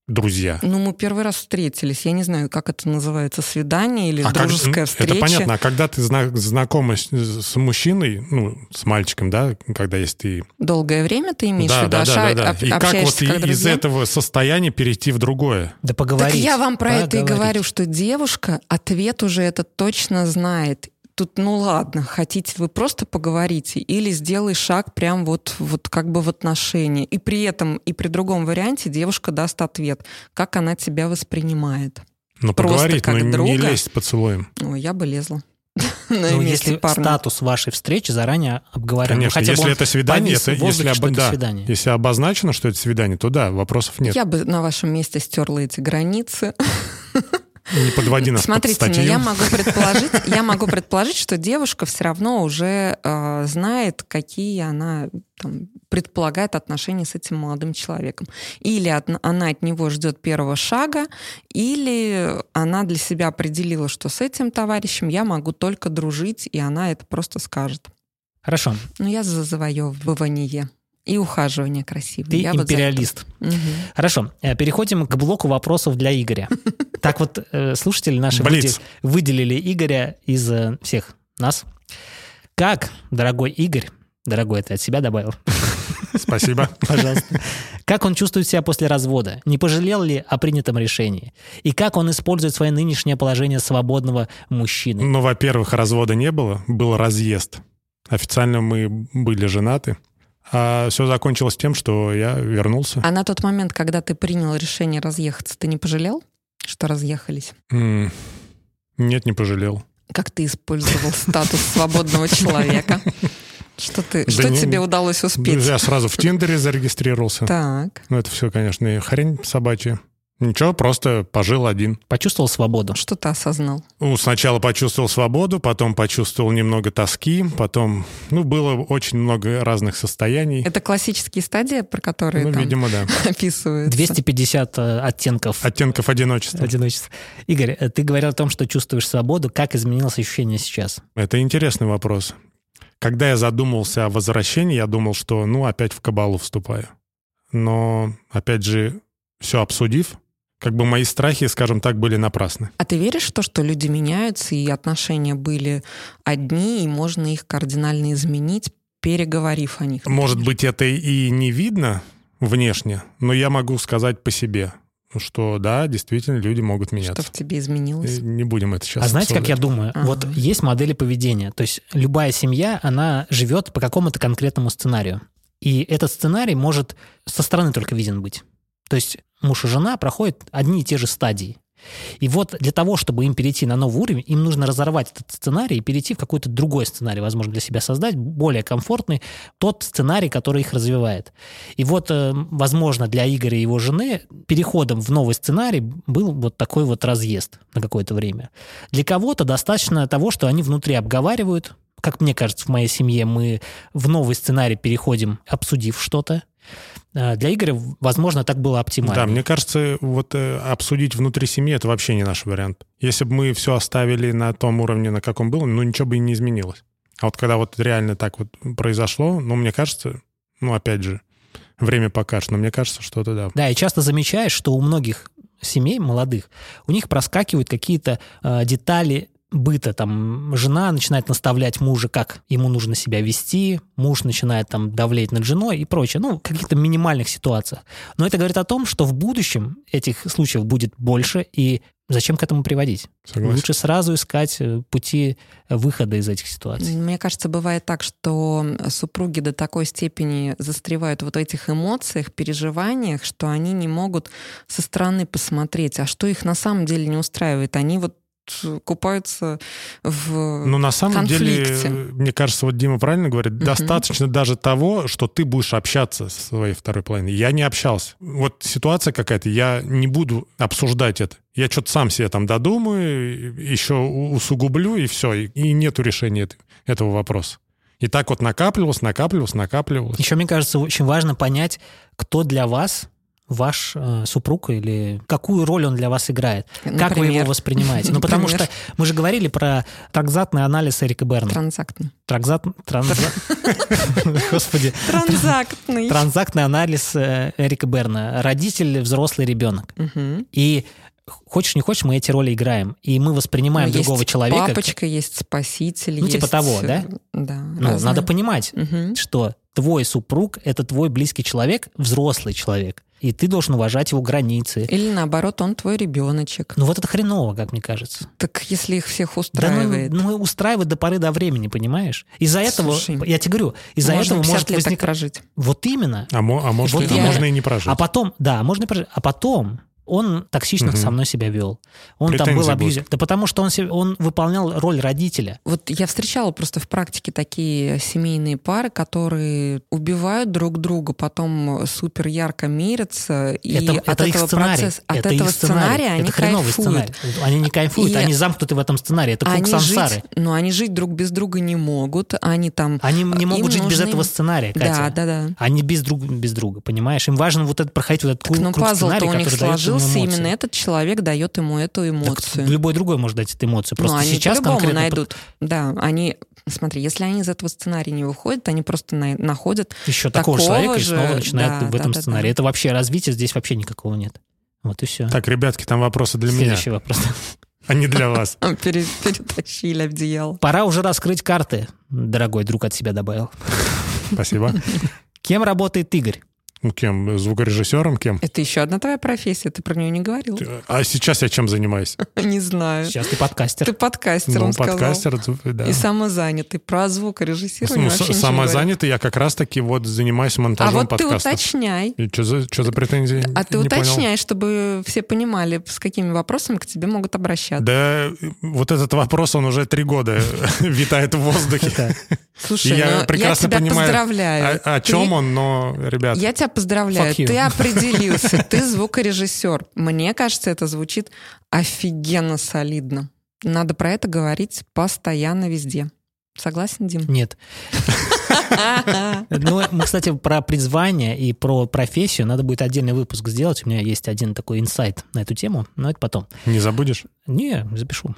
Speaker 2: друзья.
Speaker 3: Ну, мы первый раз встретились. Я не знаю, как это называется, свидание или
Speaker 2: А как-
Speaker 3: дружеская
Speaker 2: ну,
Speaker 3: встреча.
Speaker 2: Это понятно. А когда ты зна- знакома с, с мужчиной, ну, с мальчиком, да, когда есть ты...
Speaker 3: Долгое время ты имеешь в
Speaker 2: да,
Speaker 3: виду,
Speaker 2: да,
Speaker 3: а
Speaker 2: да,
Speaker 3: ша-
Speaker 2: да, да.
Speaker 3: об-
Speaker 2: И как вот
Speaker 3: общаешься
Speaker 2: и-
Speaker 3: как
Speaker 2: из
Speaker 3: друзья?
Speaker 2: этого состояния перейти в другое?
Speaker 1: Да поговорить.
Speaker 3: Так я вам про это и
Speaker 1: поговорить.
Speaker 3: говорю, что девушка ответ уже это точно знает. Тут, ну ладно, хотите вы просто поговорите или сделай шаг прям вот, вот как бы в отношении. И при этом, и при другом варианте девушка даст ответ, как она тебя воспринимает.
Speaker 2: Ну,
Speaker 3: Просто
Speaker 2: поговорить,
Speaker 3: как
Speaker 2: но не
Speaker 3: друга?
Speaker 2: лезть с поцелуем.
Speaker 3: Ой, я бы лезла.
Speaker 1: Ну, если статус вашей встречи заранее
Speaker 3: ну,
Speaker 1: обговариваем.
Speaker 2: Конечно,
Speaker 1: хотя бы
Speaker 2: если
Speaker 1: он
Speaker 2: это свидание,
Speaker 1: повис в
Speaker 2: это, если,
Speaker 1: воздухе, что
Speaker 2: обо-
Speaker 1: это
Speaker 2: да,
Speaker 1: свидание.
Speaker 2: если обозначено, что это свидание, то да, вопросов нет.
Speaker 3: Я бы на вашем месте стерла эти границы.
Speaker 2: Не подводи нас
Speaker 3: Смотрите,
Speaker 2: под
Speaker 3: но
Speaker 2: статью.
Speaker 3: я могу предположить, я могу предположить, что девушка все равно уже э, знает, какие она там, предполагает отношения с этим молодым человеком. Или от- она от него ждет первого шага, или она для себя определила, что с этим товарищем я могу только дружить, и она это просто скажет.
Speaker 1: Хорошо,
Speaker 3: Ну, я за завоевывание и ухаживание красивое.
Speaker 1: ты
Speaker 3: Я вот за это.
Speaker 1: империалист.
Speaker 3: Мгм.
Speaker 1: Хорошо, э, переходим к блоку вопросов для Игоря. Так вот, э, слушатели наши
Speaker 2: Блиц.
Speaker 1: выде- выделили Игоря из э, всех нас. Как, дорогой Игорь, Дорогой, ты от себя добавил?
Speaker 2: Спасибо.
Speaker 1: Пожалуйста. Как он чувствует себя после развода? Не пожалел ли о принятом решении? И как он использует свое нынешнее положение свободного мужчины?
Speaker 2: Ну, во-первых, развода не было, был разъезд. Официально мы были женаты. А все закончилось тем, что я вернулся.
Speaker 3: А на тот момент, когда ты принял решение разъехаться, ты не пожалел, что разъехались?
Speaker 2: М, Нет, не пожалел.
Speaker 3: Как ты использовал статус свободного человека? Что ты,
Speaker 2: Да
Speaker 3: что
Speaker 2: не-
Speaker 3: тебе удалось успеть?
Speaker 2: Я сразу в Тиндере зарегистрировался.
Speaker 3: Так.
Speaker 2: Ну, это все, конечно, и хрень собачья. Ничего, просто пожил один.
Speaker 1: Почувствовал свободу?
Speaker 3: Что ты осознал?
Speaker 2: Ну, сначала почувствовал свободу, потом почувствовал немного тоски, потом, ну, было очень много разных состояний.
Speaker 3: Это классические стадии, про которые
Speaker 2: ну,
Speaker 3: там
Speaker 2: видимо, да.
Speaker 3: описываются.
Speaker 1: 250 э, оттенков
Speaker 2: Оттенков одиночества.
Speaker 1: одиночества. Игорь, э, ты говорил о том, что чувствуешь свободу. Как изменилось ощущение сейчас?
Speaker 2: Это интересный вопрос. Когда я задумывался о возвращении, я думал, что, ну, опять в кабалу вступаю. Но, опять же, все обсудив, как бы мои страхи, скажем так, были напрасны.
Speaker 3: А ты веришь в то, что люди меняются, и отношения были одни, и можно их кардинально изменить, переговорив о них?
Speaker 2: Может быть, это и не видно внешне, но я могу сказать по себе, что да, действительно, люди могут
Speaker 3: Что
Speaker 2: меняться.
Speaker 3: в тебе изменилось?
Speaker 2: Э, Не будем это сейчас
Speaker 1: а знаете, как я думаю?
Speaker 3: Ага.
Speaker 1: Вот есть модели поведения. То есть любая семья, она живет по какому-то конкретному сценарию. И этот сценарий может со стороны только виден быть. То есть муж и жена проходят одни и те же стадии. И вот для того, чтобы им перейти на новый уровень, им нужно разорвать этот сценарий и перейти в какой-то другой сценарий, возможно, для себя создать, более комфортный, тот сценарий, который их развивает. И вот, э, возможно, для Игоря и его жены переходом в новый сценарий был вот такой вот разъезд на какое-то время. Для кого-то достаточно того, что они внутри обговаривают. Как мне кажется, в моей семье мы в новый сценарий переходим, обсудив что-то. Э, Для Игоря, возможно, так было оптимально.
Speaker 2: Да, мне кажется, вот э, обсудить внутри семьи это вообще не наш вариант. Если бы мы все оставили на том уровне, на каком было, ну ничего бы и не изменилось. А вот когда вот реально так вот произошло, ну мне кажется, ну опять же, время покажет, но мне кажется, что это да.
Speaker 1: Да, и часто замечаешь, что у многих семей молодых, у них проскакивают какие-то э, детали быта. Там жена начинает наставлять мужа, как ему нужно себя вести, муж начинает там давлеть над женой и прочее. Ну, в каких-то минимальных ситуациях. Но это говорит о том, что в будущем этих случаев будет больше, и зачем к этому приводить?
Speaker 2: Согласен.
Speaker 1: Лучше сразу искать э, пути выхода из этих ситуаций.
Speaker 3: Мне кажется, бывает так, что супруги до такой степени застревают вот в этих эмоциях, переживаниях, что они не могут со стороны посмотреть, а что их на самом деле не устраивает. Они вот э, купаются в...
Speaker 1: Ну,
Speaker 2: Но на самом
Speaker 3: конфликте.
Speaker 2: деле, э, мне кажется, вот Дима правильно говорит,
Speaker 3: Мгм.
Speaker 2: достаточно даже того, что ты будешь общаться со своей второй половиной. Я не общался. Вот ситуация какая-то, я не буду обсуждать это. Я что-то сам себе там додумаю, и- еще у- усугублю, и все. И, и нету решения эт- этого вопроса. И так вот накапливалось, накапливалось, накапливалось.
Speaker 1: Еще, мне кажется, очень важно понять, кто для вас ваш э, супруг или какую роль он для вас играет. Как вы
Speaker 3: например,
Speaker 1: его воспринимаете? Ну, потому что
Speaker 3: Например.
Speaker 1: мы же говорили про транзактный анализ Эрика Берна.
Speaker 3: Транзактный.
Speaker 1: Транзакт... транза- Господи.
Speaker 3: Транзактный.
Speaker 1: Транзактный анализ э, Эрика Берна. Родитель, взрослый ребенок.
Speaker 3: Мгм.
Speaker 1: И х- хочешь не хочешь, мы эти роли играем. И мы воспринимаем
Speaker 3: Ну, есть
Speaker 1: другого человека. как-
Speaker 3: Папочка есть спаситель.
Speaker 1: Ну, типа
Speaker 3: есть,
Speaker 1: того, да?
Speaker 3: э, Да.
Speaker 1: Ну,
Speaker 3: разные.
Speaker 1: надо понимать,
Speaker 3: Мгм.
Speaker 1: что твой супруг — это твой близкий человек, взрослый человек. И ты должен уважать его границы.
Speaker 3: Или наоборот, он твой ребеночек.
Speaker 1: Ну вот это хреново, как мне кажется.
Speaker 3: Так если их всех
Speaker 1: Да, ну,
Speaker 3: устраивает.
Speaker 1: ну, устраивает до поры до времени, понимаешь? Из-за этого,
Speaker 3: Слушай,
Speaker 1: я тебе говорю, из-за
Speaker 3: можно
Speaker 1: этого
Speaker 3: 50
Speaker 1: может
Speaker 3: лет так
Speaker 1: возникать...
Speaker 3: прожить.
Speaker 1: Вот именно.
Speaker 2: А, мо- а может,
Speaker 1: Вот
Speaker 2: а
Speaker 1: я-
Speaker 2: можно и не прожить.
Speaker 1: А потом, да, можно и прожить. А потом он токсично
Speaker 2: Мгм.
Speaker 1: со мной себя вел. Он там был
Speaker 2: Претензии
Speaker 1: абьюзер. Да потому что он, се- он выполнял роль родителя.
Speaker 3: Вот я встречала просто в практике такие семейные пары, которые убивают друг друга, потом э, супер ярко мирятся, и
Speaker 1: это
Speaker 3: от
Speaker 1: это их
Speaker 3: этого
Speaker 1: сценарий.
Speaker 3: процесса, от
Speaker 1: это
Speaker 3: этого
Speaker 1: их сценарий.
Speaker 3: сценария они
Speaker 1: это хреновый
Speaker 3: кайфуют.
Speaker 1: сценарий. Они не кайфуют,
Speaker 3: И-
Speaker 1: они замкнуты в этом сценарии. Это круг
Speaker 3: Они
Speaker 1: сансары.
Speaker 3: жить, ну, они жить друг без друга не могут, они там...
Speaker 1: Они не
Speaker 3: им
Speaker 1: могут жить без
Speaker 3: нужны-
Speaker 1: этого сценария, Катя.
Speaker 3: Да, да, да.
Speaker 1: Они без друга, без друга, понимаешь? Им важно вот это проходить вот этот
Speaker 3: Так,
Speaker 1: кру-
Speaker 3: но
Speaker 1: круг
Speaker 3: пазл-то
Speaker 1: сценарий,
Speaker 3: у них
Speaker 1: который дает им
Speaker 3: сложился,
Speaker 1: эмоции.
Speaker 3: именно этот человек дает ему эту
Speaker 1: Так
Speaker 3: эмоцию.
Speaker 1: любой другой может дать эту эмоцию. Просто
Speaker 3: ну, они
Speaker 1: сейчас
Speaker 3: по-любому
Speaker 1: конкретно
Speaker 3: найдут. Да, они... Смотри, если они из этого сценария не выходят, они просто най- находят
Speaker 1: еще такого,
Speaker 3: такого
Speaker 1: человека
Speaker 3: же,
Speaker 1: и снова начинают
Speaker 3: да,
Speaker 1: в этом
Speaker 3: да-да-да.
Speaker 1: сценарии. Это вообще развитие здесь вообще никакого нет. Вот и все.
Speaker 2: Так, ребятки, там вопросы для
Speaker 1: Следующий вопрос.
Speaker 2: меня, а не для вас.
Speaker 3: А, пере- перетащили одеяло.
Speaker 1: Пора уже раскрыть карты, дорогой друг от себя добавил.
Speaker 2: Спасибо.
Speaker 1: Кем работает Игорь?
Speaker 2: Ну, кем? Звукорежиссером кем?
Speaker 3: Это еще одна твоя профессия, ты про нее не говорил.
Speaker 2: Ты- А сейчас я чем занимаюсь?
Speaker 3: Не знаю.
Speaker 1: Сейчас ты подкастер.
Speaker 3: Ты подкастер,
Speaker 2: Ну,
Speaker 3: он сказал.
Speaker 2: подкастер, да.
Speaker 3: И самозанятый. Про
Speaker 2: Ну,
Speaker 3: звукорежиссирование
Speaker 2: с-
Speaker 3: вообще ничего не говорил.
Speaker 2: самозанятый я как раз-таки вот занимаюсь
Speaker 3: А
Speaker 2: монтажом
Speaker 3: вот ты
Speaker 2: подкастов.
Speaker 3: уточняй.
Speaker 2: Что за, чё за претензии?
Speaker 3: А ты
Speaker 2: Не понял.
Speaker 3: уточняй, чтобы все понимали, с какими вопросами к тебе могут обращаться.
Speaker 2: Да, э, вот этот вопрос, он уже три года витает в воздухе.
Speaker 1: Да.
Speaker 3: Слушай,
Speaker 2: Я
Speaker 3: ну,
Speaker 2: прекрасно
Speaker 3: тебя
Speaker 2: понимаю,
Speaker 3: поздравляю.
Speaker 2: А, О о
Speaker 3: Ты-
Speaker 2: чем он, но, ребят,
Speaker 3: Я тебя поздравляю.
Speaker 1: Fuck you.
Speaker 3: Ты определился, ты звукорежиссер. Мне кажется, это звучит офигенно солидно. Надо про это говорить постоянно везде. Согласен, Дим?
Speaker 1: Нет. Ну, мы, кстати, про призвание и про профессию надо будет отдельный выпуск сделать. У меня есть один такой инсайт на эту тему, но это потом.
Speaker 2: не забудешь?
Speaker 1: Не, запишу.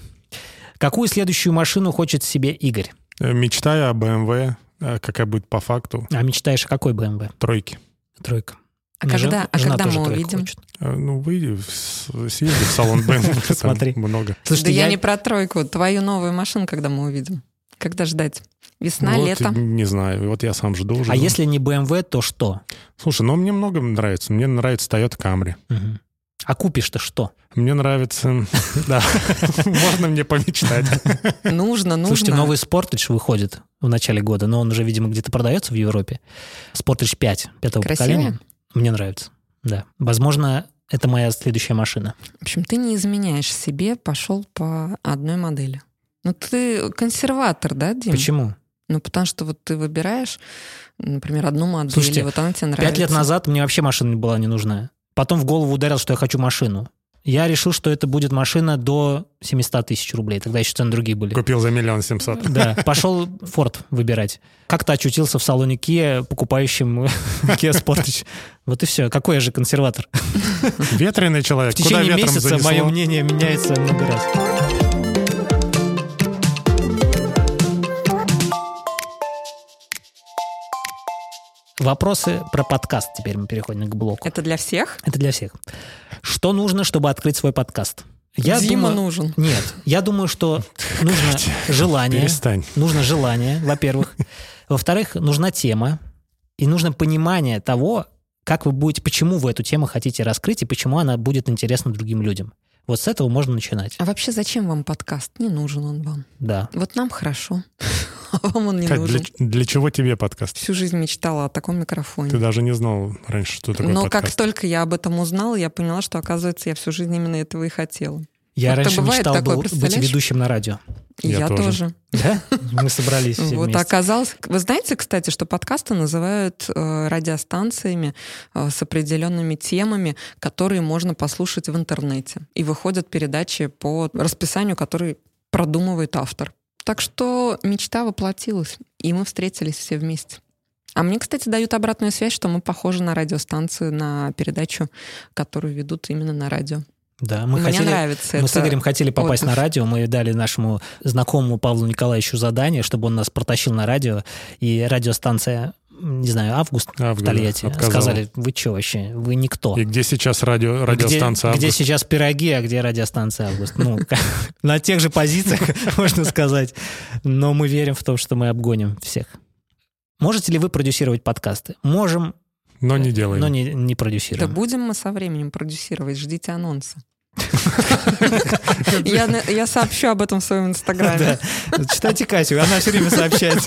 Speaker 1: Какую следующую машину хочет себе Игорь?
Speaker 2: Э, Мечтаю о BMW, э, какая будет по факту,
Speaker 1: А мечтаешь, о какой BMW?
Speaker 2: тройки.
Speaker 1: Тройка.
Speaker 3: А
Speaker 1: У меня
Speaker 3: когда-
Speaker 1: жен-
Speaker 3: а
Speaker 1: жена
Speaker 3: когда
Speaker 1: тоже
Speaker 3: мы
Speaker 1: тройку
Speaker 3: увидим?
Speaker 1: хочет.
Speaker 2: Э, Ну, выйди, в- с- съезди в салон BMW, там
Speaker 1: Смотри.
Speaker 2: много.
Speaker 1: Слушайте,
Speaker 3: да я...
Speaker 1: я-
Speaker 3: не про тройку. Твою новую машину, когда мы увидим? Когда ждать? Весна,
Speaker 2: Вот,
Speaker 3: лето?
Speaker 2: Не знаю, вот я сам жду уже.
Speaker 1: А если не BMW, то что?
Speaker 2: Слушай, ну мне много нравится. Мне нравится Toyota Camry.
Speaker 1: Мгм. А купишь-то что?
Speaker 2: Мне нравится... Да, можно мне помечтать.
Speaker 3: Нужно, нужно.
Speaker 1: Слушайте, новый Sportage выходит в начале года, но он уже, видимо, где-то продается в Европе. Sportage 5, пятого
Speaker 3: Красивее?
Speaker 1: поколения. Мне нравится, да. Возможно, это моя следующая машина.
Speaker 3: В общем, ты не изменяешь себе, пошел по одной модели. Ну, ты консерватор, да, Дим?
Speaker 1: Почему?
Speaker 3: Ну, потому что вот ты выбираешь, например, одну модель,
Speaker 1: Слушайте,
Speaker 3: и вот она тебе нравится.
Speaker 1: Пять лет назад мне вообще машина была не нужна. Потом в голову ударил, что я хочу машину. Я решил, что это будет машина до 700 тысяч рублей. Тогда еще цены другие были.
Speaker 2: Купил за миллион семьсот.
Speaker 1: Да, пошел Форд выбирать. Как-то очутился в салоне Kia, покупающим Kia Sportage. Вот и все. Какой я же консерватор.
Speaker 2: Ветреный человек.
Speaker 1: В
Speaker 2: Куда
Speaker 1: течение
Speaker 2: ветром
Speaker 1: месяца
Speaker 2: занесло?
Speaker 1: мое мнение меняется много раз. Вопросы про подкаст. Теперь мы переходим к блоку.
Speaker 3: Это для всех?
Speaker 1: Это для всех. Что нужно, чтобы открыть свой подкаст? Я
Speaker 3: Дима
Speaker 1: думаю-
Speaker 3: нужен.
Speaker 1: Нет, я думаю, что нужно желание.
Speaker 2: Перестань.
Speaker 1: Нужно желание, во-первых. Во-вторых, нужна тема. И нужно понимание того, как вы будете, почему вы эту тему хотите раскрыть и почему она будет интересна другим людям. Вот с этого можно начинать.
Speaker 3: А вообще зачем вам подкаст? Не нужен он вам.
Speaker 1: Да.
Speaker 3: Вот нам хорошо, а вам он не
Speaker 2: Кать,
Speaker 3: нужен.
Speaker 2: для, для чего тебе подкаст?
Speaker 3: Всю жизнь мечтала о таком микрофоне.
Speaker 2: Ты даже не знал раньше, что такое
Speaker 3: Но как
Speaker 2: подкаст.
Speaker 3: только я об этом узнала, я поняла, что, оказывается, я всю жизнь именно этого и хотела.
Speaker 1: Я
Speaker 3: Вот-то
Speaker 1: раньше
Speaker 3: бывает
Speaker 1: мечтал
Speaker 3: такое,
Speaker 1: был быть
Speaker 3: представляешь?
Speaker 1: ведущим на радио.
Speaker 3: И
Speaker 2: Я
Speaker 3: я,
Speaker 2: тоже.
Speaker 3: тоже.
Speaker 1: Да? Мы собрались все
Speaker 3: Вот
Speaker 1: вместе.
Speaker 3: оказалось. Вы знаете, кстати, что подкасты называют э, радиостанциями э, с определенными темами, которые можно послушать в интернете. И выходят передачи по расписанию, которые продумывает автор. Так что мечта воплотилась, и мы встретились все вместе. А мне, кстати, дают обратную связь, что мы похожи на радиостанцию, на передачу, которую ведут именно на радио.
Speaker 1: Да, мы
Speaker 3: Мне
Speaker 1: хотели...
Speaker 3: нравится
Speaker 1: Мы
Speaker 3: это.
Speaker 1: с Игорем хотели попасть
Speaker 3: отзыв.
Speaker 1: на радио, мы дали нашему знакомому Павлу Николаевичу задание, чтобы он нас протащил на радио, и радиостанция, м, не знаю, «Август» в
Speaker 2: Август, да,
Speaker 1: Тольятти
Speaker 2: отказала.
Speaker 1: сказали, вы что вообще, вы никто.
Speaker 2: И где сейчас радио, радиостанция
Speaker 1: где, где
Speaker 2: «Август»?
Speaker 1: сейчас пироги, а где радиостанция «Август». Ну, на тех же позициях, можно сказать. Но мы верим в то, что мы обгоним всех. Можете ли вы продюсировать подкасты? Можем,
Speaker 2: Но не делаем.
Speaker 1: но не, не
Speaker 3: Да
Speaker 1: продюсируем.
Speaker 3: будем мы со временем продюсировать, ждите анонса. Я на- я сообщу об этом в своем инстаграме.
Speaker 1: Да. Читайте Катю, она все время сообщает,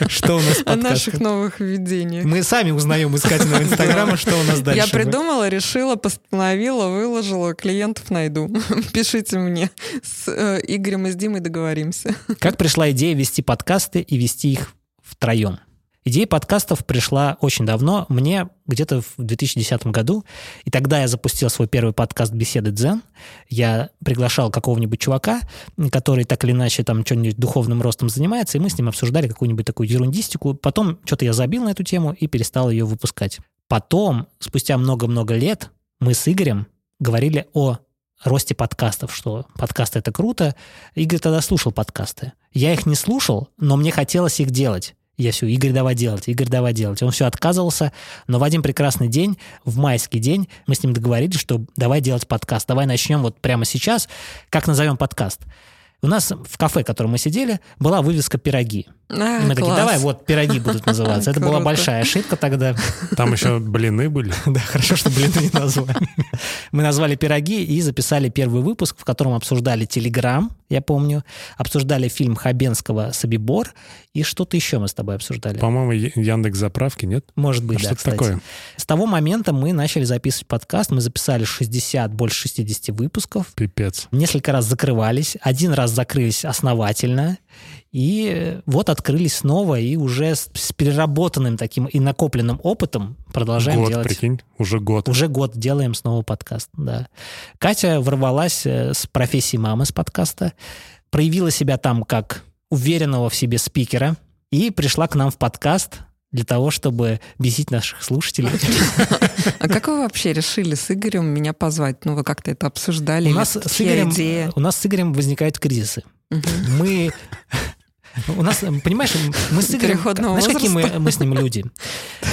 Speaker 1: что у нас в
Speaker 3: О
Speaker 1: подкастах.
Speaker 3: наших новых введениях.
Speaker 1: Мы сами узнаем из Катиного инстаграма, что у нас Ну, дальше.
Speaker 3: Я придумала, решила, постановила, выложила, клиентов найду. Пишите мне. С э, Игорем и с Димой договоримся.
Speaker 1: Как пришла идея вести подкасты и вести их втроем? Идея подкастов пришла очень давно, мне где-то в 2010 году, и тогда я запустил свой первый подкаст «Беседы Дзен». Я приглашал какого-нибудь чувака, который так или иначе там что-нибудь духовным ростом занимается, и мы с ним обсуждали какую-нибудь такую ерундистику. Потом что-то я забил на эту тему и перестал ее выпускать. Потом, спустя много-много лет, мы с Игорем говорили о росте подкастов, что подкасты — это круто, Игорь тогда слушал подкасты. Я их не слушал, но мне хотелось их делать. Я все, Игорь, давай делать, Игорь, давай делать. Он все отказывался, но в один прекрасный день, в майский день, мы с ним договорились, что давай делать подкаст, давай начнем вот прямо сейчас. Как назовем подкаст? У нас в кафе, в котором мы сидели, была вывеска «Пироги».
Speaker 3: А,
Speaker 1: И мы такие, давай, вот пироги будут называться. Это была
Speaker 3: Круто.
Speaker 1: большая ошибка тогда.
Speaker 2: Там еще блины были.
Speaker 1: Да, хорошо, что блины не назвали. Мы назвали пироги и записали первый выпуск, в котором обсуждали Телеграм, я помню, обсуждали фильм Хабенского «Собибор», и что-то еще мы с тобой обсуждали.
Speaker 2: По-моему, Яндекс заправки, нет?
Speaker 1: Может быть, да,
Speaker 2: а Что-то
Speaker 1: кстати.
Speaker 2: такое.
Speaker 1: С того момента мы начали записывать подкаст, мы записали 60, больше 60 выпусков,
Speaker 2: Пипец.
Speaker 1: несколько раз закрывались, один раз закрылись основательно, и э, вот открылись снова, и уже с, с переработанным таким и накопленным опытом продолжаем
Speaker 2: год,
Speaker 1: делать.
Speaker 2: прикинь, уже год.
Speaker 1: Уже год делаем снова подкаст, да. Катя ворвалась э, с профессии мамы с подкаста, проявила себя там как уверенного в себе спикера и пришла к нам в подкаст для того, чтобы бесить наших слушателей.
Speaker 3: А как вы вообще решили с Игорем меня позвать? Ну, вы как-то это обсуждали?
Speaker 1: У
Speaker 3: или
Speaker 1: нас
Speaker 3: чья
Speaker 1: с Игорем,
Speaker 3: идея?
Speaker 1: у нас с Игорем возникают кризисы.
Speaker 3: Мгм.
Speaker 1: Мы... У нас, эм, понимаешь, мы с Игорем...
Speaker 3: Переходного
Speaker 1: Знаешь, какие мы, мы с ним люди?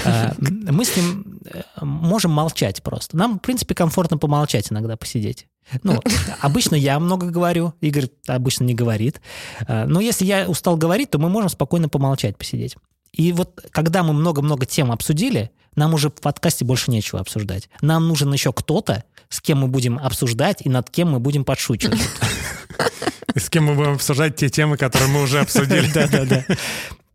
Speaker 1: А, Мы с ним э, можем молчать просто. Нам, в принципе, комфортно помолчать иногда, посидеть. Ну, обычно я много говорю, Игорь обычно не говорит. А, Но если я устал говорить, то мы можем спокойно помолчать, посидеть. И вот когда мы много-много тем обсудили, нам уже в подкасте больше нечего обсуждать. Нам нужен еще кто-то, с кем мы будем обсуждать и над кем мы будем подшучивать.
Speaker 2: И с кем мы будем обсуждать те темы, которые мы уже обсудили.
Speaker 1: Да, да, да.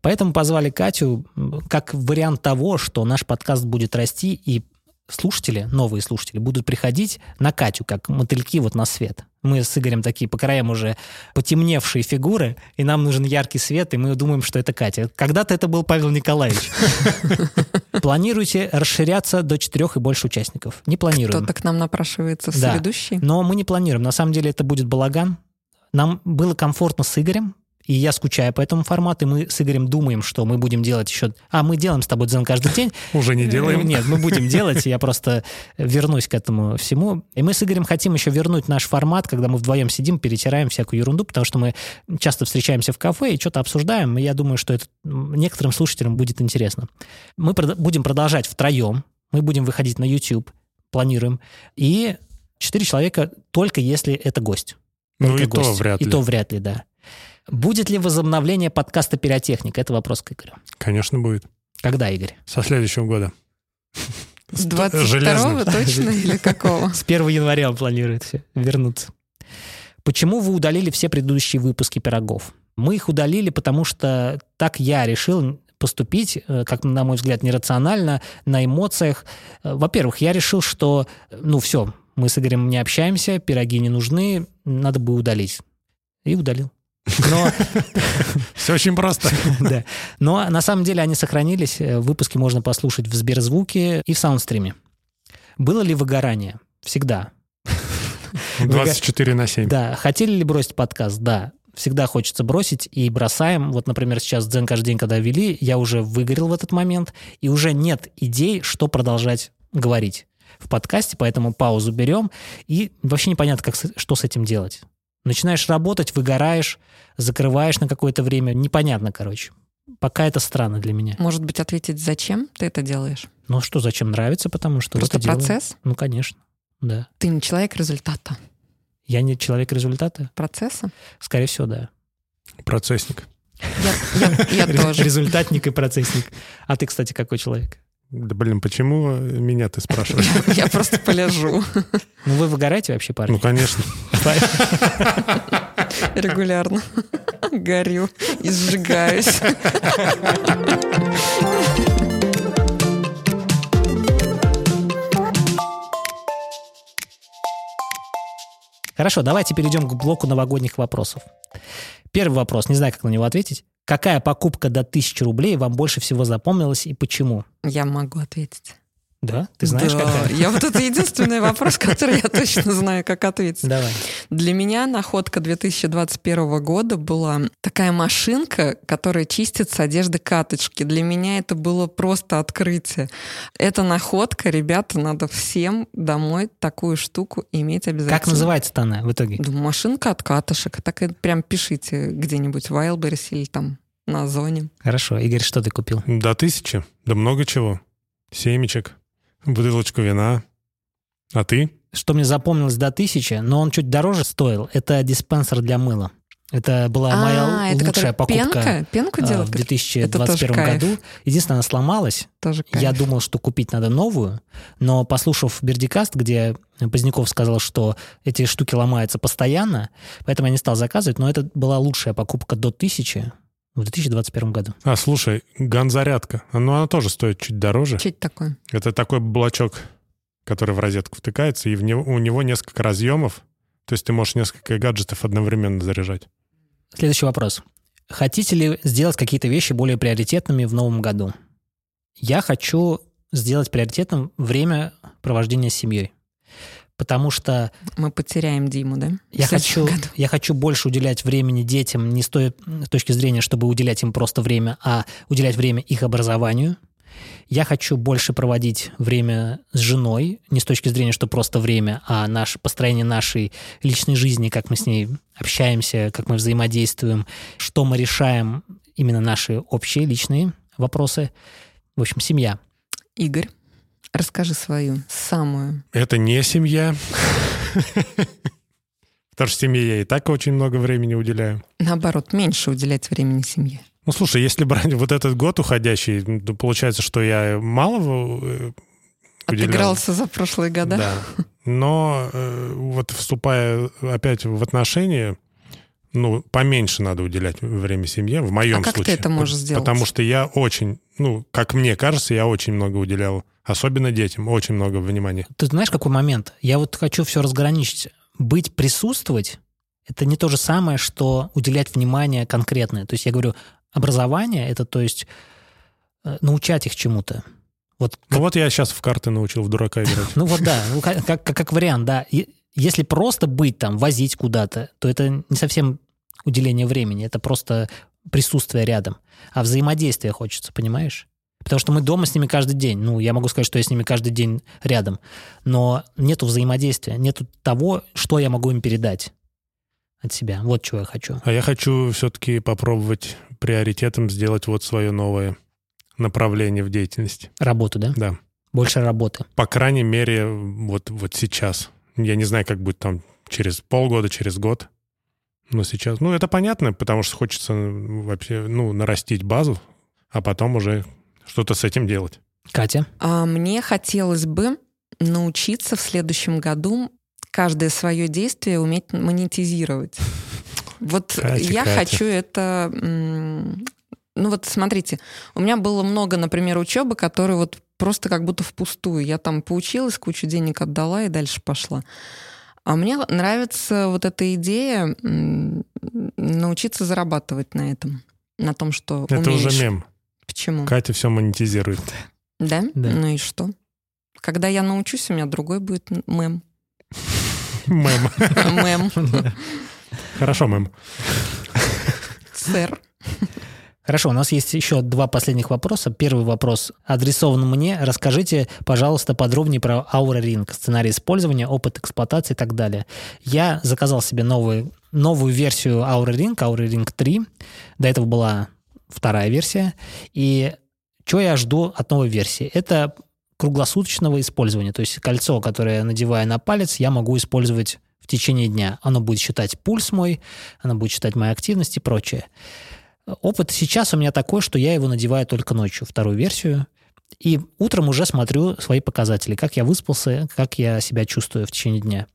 Speaker 1: Поэтому позвали Катю м, как вариант того, что наш подкаст будет расти, и слушатели, новые слушатели, будут приходить на Катю, как мотыльки вот на свет. Мы с Игорем такие по краям уже потемневшие фигуры, и нам нужен яркий свет, и мы думаем, что это Катя. Когда-то это был Павел Николаевич. Планируете расширяться до четырех и больше участников? Не планируем.
Speaker 3: Кто-то к нам напрашивается в
Speaker 1: Да.
Speaker 3: следующий.
Speaker 1: Но мы не планируем. На самом деле это будет балаган. Нам было комфортно с Игорем, и я скучаю по этому формату, и мы с Игорем думаем, что мы будем делать еще... А, мы делаем с тобой дзен каждый день.
Speaker 2: Уже не
Speaker 1: Э,
Speaker 2: делаем.
Speaker 1: Нет, мы будем делать, я просто вернусь к этому всему. И мы с Игорем хотим еще вернуть наш формат, когда мы вдвоем сидим, перетираем всякую ерунду, потому что мы часто встречаемся в кафе и что-то обсуждаем, и я думаю, что это м, некоторым слушателям будет интересно. Мы прод- будем продолжать втроем, мы будем выходить на YouTube, планируем, и четыре человека только если это гость.
Speaker 2: Ну
Speaker 1: Только
Speaker 2: и то
Speaker 1: гость.
Speaker 2: вряд
Speaker 1: И то
Speaker 2: ли.
Speaker 1: вряд ли, да. Будет ли возобновление подкаста «Пиротехник»? Это вопрос к Игорю.
Speaker 2: Конечно, будет.
Speaker 1: Когда, Игорь?
Speaker 2: Со следующего года.
Speaker 3: С 22-го
Speaker 2: железных.
Speaker 3: точно или какого?
Speaker 1: С 1 января он планирует все вернуться. Почему вы удалили все предыдущие выпуски пирогов? Мы их удалили, потому что так я решил поступить, э, как на мой взгляд, нерационально, на эмоциях. Э, Во-первых, я решил, что э, ну все, мы с Игорем не общаемся, пироги не нужны, надо бы удалить. И удалил. Но
Speaker 2: Все очень просто.
Speaker 1: да. Но на самом деле они сохранились. Э, Выпуски можно послушать в Сберзвуке и в Саундстриме. Было ли выгорание? Всегда.
Speaker 2: 24 на 7.
Speaker 1: Да. Хотели ли бросить подкаст? Да. Всегда хочется бросить и бросаем. Вот, например, сейчас «Дзен каждый день», когда вели, я уже выгорел в этот момент, и уже нет идей, что продолжать говорить в подкасте, поэтому паузу берем, и вообще непонятно, как, с- что с этим делать. Начинаешь работать, выгораешь, закрываешь на какое-то время, непонятно, короче. Пока это странно для меня.
Speaker 3: Может быть, ответить, зачем ты это делаешь?
Speaker 1: Ну что, зачем нравится, потому что
Speaker 3: Просто
Speaker 1: вот и делаем.
Speaker 3: процесс?
Speaker 1: Ну, конечно, да.
Speaker 3: Ты не человек результата.
Speaker 1: Я не человек результата?
Speaker 3: Процесса?
Speaker 1: Скорее всего, да.
Speaker 2: Процессник.
Speaker 3: Я, я- я тоже.
Speaker 1: Результатник и процессник. А ты, кстати, какой человек?
Speaker 2: Да блин, почему э, меня ты спрашиваешь?
Speaker 3: Я просто полежу
Speaker 1: Ну, вы выгораете вообще,
Speaker 2: Ну,
Speaker 1: парни?
Speaker 2: конечно.
Speaker 3: регулярно. Горю и сжигаюсь.
Speaker 1: Хорошо, давайте перейдем к блоку новогодних вопросов. Первый вопрос, не знаю, как на него ответить. Какая покупка до 1000 рублей вам больше всего запомнилась и почему?
Speaker 3: Я могу ответить.
Speaker 1: Да? Ты знаешь,
Speaker 3: Да.
Speaker 1: какая?
Speaker 3: Я вот это единственный вопрос, который я точно знаю, как ответить.
Speaker 1: Давай.
Speaker 3: Для меня находка 2021 года была такая машинка, которая чистит с одежды каточки. Для меня это было просто открытие. Эта находка, ребята, надо всем домой такую штуку иметь обязательно.
Speaker 1: Как называется-то она в итоге?
Speaker 3: Думаю, машинка от катышек. Так и прям пишите где-нибудь в Wildberries или там на зоне.
Speaker 1: Хорошо. Игорь, что ты купил?
Speaker 2: До тысячи. Да много чего. Семечек, бутылочку вина. А ты?
Speaker 1: Что мне запомнилось до 1000, но он чуть дороже стоил, это диспенсер для мыла. Это была
Speaker 3: А,
Speaker 1: моя
Speaker 3: это
Speaker 1: лучшая
Speaker 3: которая
Speaker 1: покупка
Speaker 3: Пенка? Пенку
Speaker 1: а,
Speaker 3: делают?
Speaker 1: в
Speaker 3: Это
Speaker 1: 2021
Speaker 3: тоже кайф,
Speaker 1: году. Единственное, она сломалась.
Speaker 3: Тоже кайф.
Speaker 1: Я думал, что купить надо новую, но послушав Бердикаст, где Поздняков сказал, что эти штуки ломаются постоянно, поэтому я не стал заказывать, но это была лучшая покупка до 1000 в 2021 году.
Speaker 2: А, слушай, ганзарядка. Ну, она тоже стоит чуть дороже.
Speaker 3: Что это такое?
Speaker 2: Это такой блочок, который в розетку втыкается, и в него, у него несколько разъемов. То есть ты можешь несколько гаджетов одновременно заряжать.
Speaker 1: Следующий вопрос. Хотите ли сделать какие-то вещи более приоритетными в новом году? Я хочу сделать приоритетным время провождения с семьей. Потому что
Speaker 3: Мы потеряем Диму, да?
Speaker 1: я
Speaker 3: В следующем
Speaker 1: хочу,
Speaker 3: году.
Speaker 1: я хочу больше уделять времени детям не с той с точки зрения, чтобы уделять им просто время, а уделять время их образованию. Я хочу больше проводить время с женой, не с точки зрения, что просто время, а наше построение нашей личной жизни, как мы с ней общаемся, как мы взаимодействуем, что мы решаем, именно наши общие личные вопросы. В общем, семья.
Speaker 3: Игорь, расскажи свою самую.
Speaker 2: Это не семья. Потому что семье я и так очень много времени уделяю.
Speaker 3: Наоборот, меньше уделять времени семье.
Speaker 2: Ну, слушай, если брать вот этот год уходящий, то получается, что я мало э, уделял.
Speaker 3: Отыгрался за прошлые года.
Speaker 2: Да. Но э, вот вступая опять в отношения, ну, поменьше надо уделять время семье, в моем
Speaker 3: А как ты
Speaker 2: случае.
Speaker 3: это можешь сделать?
Speaker 2: Потому что я очень, ну, как мне кажется, я очень много уделял, особенно детям, очень много внимания.
Speaker 1: Ты знаешь, какой момент? Я вот хочу все разграничить. Быть, присутствовать — это не то же самое, что уделять внимание конкретное. То есть я говорю, образование — это, то есть, э, научать их чему-то. Вот,
Speaker 2: Ну вот я сейчас в карты научил в дурака играть.
Speaker 1: ну вот да, ну, как, как, как вариант, да. И Если просто быть там, возить куда-то, то это не совсем уделение времени, это просто присутствие рядом. А взаимодействие хочется, понимаешь? Потому что мы дома с ними каждый день. Ну, я могу сказать, что я с ними каждый день рядом. Но нету взаимодействия, нету того, что я могу им передать от себя. Вот чего я хочу.
Speaker 2: А я хочу все-таки попробовать приоритетом сделать вот свое новое направление в деятельности.
Speaker 1: Работу, да?
Speaker 2: Да.
Speaker 1: Больше работы.
Speaker 2: По крайней мере, вот, вот сейчас. Я не знаю, как будет там через полгода, через год. Но сейчас... Ну, это понятно, потому что хочется м, вообще, ну, нарастить базу, а потом уже что-то с этим делать.
Speaker 1: Катя,
Speaker 3: А мне хотелось бы научиться в следующем году каждое свое действие уметь монетизировать. Вот
Speaker 2: Катя,
Speaker 3: я
Speaker 2: Катя.
Speaker 3: хочу это... м, Ну вот смотрите, у меня было много, например, учебы, которые вот просто как будто впустую. Я там поучилась, кучу денег отдала и дальше пошла. А мне нравится вот эта идея м, научиться зарабатывать на этом, на том, что
Speaker 2: Это
Speaker 3: умеешь.
Speaker 2: уже мем.
Speaker 3: Почему?
Speaker 2: Катя все монетизирует.
Speaker 3: Да?
Speaker 1: Да.
Speaker 3: Ну и что? Когда я научусь, у меня другой будет м- мем.
Speaker 2: Мем.
Speaker 3: Мем,
Speaker 2: Хорошо, мем.
Speaker 3: сэр.
Speaker 1: Хорошо, у нас есть еще два последних вопроса. Первый вопрос адресован мне. Расскажите, пожалуйста, подробнее про Aura Ring, сценарий использования, опыт эксплуатации и так далее. Я заказал себе новую, новую версию Aura Ring, Aura Ring 3. До этого была вторая версия. И что я жду от новой версии? Это круглосуточного использования. То есть кольцо, которое я надеваю на палец, я могу использовать в течение дня. Оно будет считать пульс мой, оно будет считать мою активность и прочее. Опыт сейчас у меня такой, что я его надеваю только ночью, вторую версию. И утром уже смотрю свои показатели, как я выспался, как я себя чувствую в течение дня.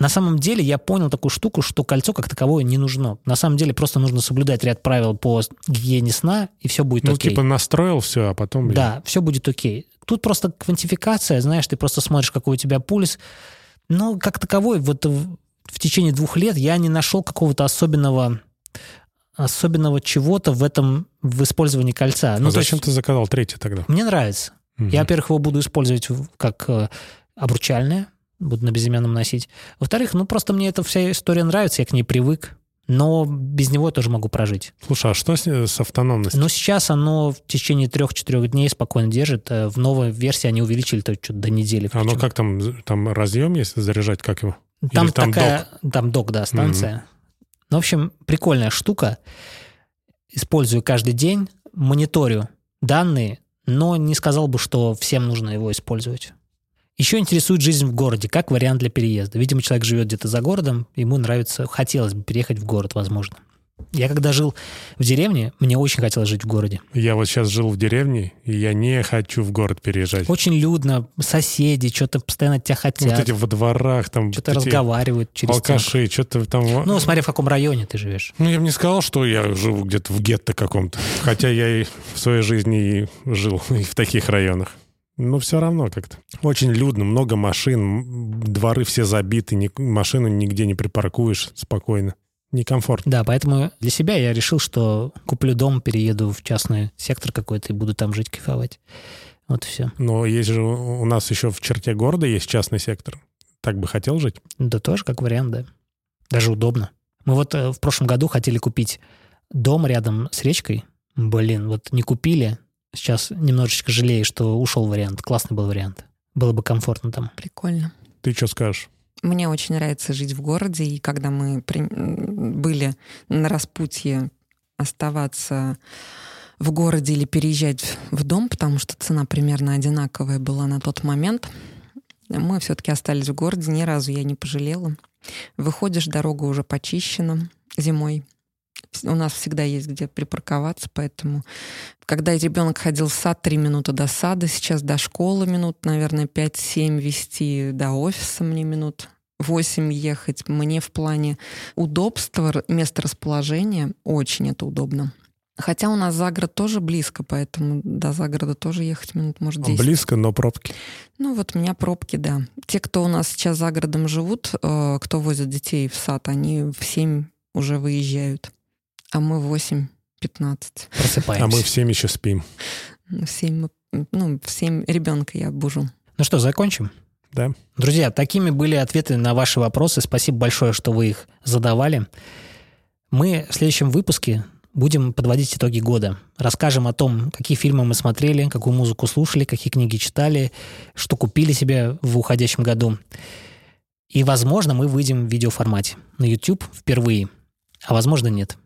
Speaker 1: На самом деле я понял такую штуку, что кольцо как таковое не нужно. На самом деле просто нужно соблюдать ряд правил по гигиене сна, и все будет
Speaker 2: Ну,
Speaker 1: окей.
Speaker 2: типа настроил все, а потом...
Speaker 1: Да, все будет окей. Тут просто квантификация, знаешь, ты просто смотришь, какой у тебя пульс. Но как таковой, вот в, в течение двух лет я не нашел какого-то особенного особенного чего-то в этом, в использовании кольца.
Speaker 2: А
Speaker 1: Ну, то
Speaker 2: зачем
Speaker 1: есть
Speaker 2: ты заказал третий тогда?
Speaker 1: Мне нравится. Я, во-первых, его буду использовать в- как э, обручальное, буду на безымянном носить. Во-вторых, ну, просто мне эта вся история нравится, я к ней привык. Но без него я тоже могу прожить.
Speaker 2: Слушай, а что с, с автономностью?
Speaker 1: Но сейчас оно в течение трех-четырех дней спокойно держит. Э, В новой версии они увеличили то что-то до недели.
Speaker 2: А ну
Speaker 1: причем.
Speaker 2: как там, там разъем есть заряжать, как его?
Speaker 1: Там
Speaker 2: или там
Speaker 1: такая, там док, да, станция. Ну, в общем, прикольная штука. Использую каждый день, мониторю данные, но не сказал бы, что всем нужно его использовать. Еще интересует жизнь в городе, как вариант для переезда. Видимо, человек живет где-то за городом, ему нравится, хотелось бы переехать в город, возможно. Я когда жил в деревне, мне очень хотелось жить в городе.
Speaker 2: Я вот сейчас жил в деревне, и я не хочу в город переезжать.
Speaker 1: Очень людно, соседи что-то постоянно тебя хотят,
Speaker 2: Ну, Вот эти во дворах там...
Speaker 1: что-то
Speaker 2: эти
Speaker 1: разговаривают через стенку.
Speaker 2: Алкаши, что-то там...
Speaker 1: Ну, смотря в каком районе ты живешь.
Speaker 2: Ну, я бы не сказал, что я живу где-то в гетто каком-то. Хотя я и в своей жизни и жил и в таких районах. Но все равно как-то. Очень людно, много машин, м, дворы все забиты, ни- машину нигде не припаркуешь спокойно. Некомфортно.
Speaker 1: Да, поэтому для себя я решил, что куплю дом, перееду в частный сектор какой-то и буду там жить, кайфовать. Вот и все.
Speaker 2: Но есть же у у нас еще в черте города есть частный сектор. Так бы хотел жить.
Speaker 1: Да тоже как вариант, да. Даже удобно. Мы вот э, в прошлом году хотели купить дом рядом с речкой. Блин, вот не купили. Сейчас немножечко жалею, что ушел вариант. Классный был вариант. Было бы комфортно
Speaker 2: А
Speaker 1: там.
Speaker 3: Прикольно.
Speaker 2: Ты что скажешь?
Speaker 3: Мне очень нравится жить в городе, и когда мы при- м, были на распутье оставаться в городе или переезжать в- в дом, потому что цена примерно одинаковая была на тот момент, мы все-таки остались в городе, ни разу я не пожалела. Выходишь, дорога уже почищена зимой. Вс- У нас всегда есть где припарковаться, поэтому когда ребенок ходил в сад три минуты до сада, сейчас до школы минут, наверное, 5-7 вести, до офиса мне минут 8 ехать. Мне в плане удобства, р- месторасположения очень это удобно. Хотя у нас загород тоже близко, поэтому до загорода тоже ехать минут, может, 10.
Speaker 2: Близко, но пробки.
Speaker 3: Ну вот у меня пробки, да. Те, кто у нас сейчас за городом живут, э, кто возит детей в сад, они в 7 уже выезжают, а мы в 8-15.
Speaker 1: Просыпаемся.
Speaker 2: А мы всем еще спим.
Speaker 3: В 7, мы- ну, в 7 ребенка я бужу.
Speaker 1: Ну что, закончим?
Speaker 2: Да.
Speaker 1: Друзья, такими были ответы на ваши вопросы. Спасибо большое, что вы их задавали. Мы в следующем выпуске будем подводить итоги года. Расскажем о том, какие фильмы мы смотрели, какую музыку слушали, какие книги читали, что купили себе в уходящем году. И, возможно, мы выйдем в видеоформате на YouTube впервые, а возможно нет.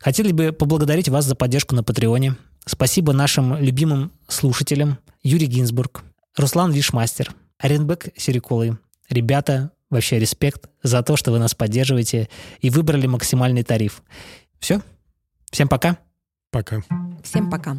Speaker 1: Хотели бы поблагодарить вас за поддержку на Патреоне. Спасибо нашим любимым слушателям Юрий Гинзбург, Руслан Вишмастер, Оренбек Сериколы. Ребята, вообще респект за то, что вы нас поддерживаете и выбрали максимальный тариф. Все. Всем пока.
Speaker 2: Пока.
Speaker 3: Всем пока.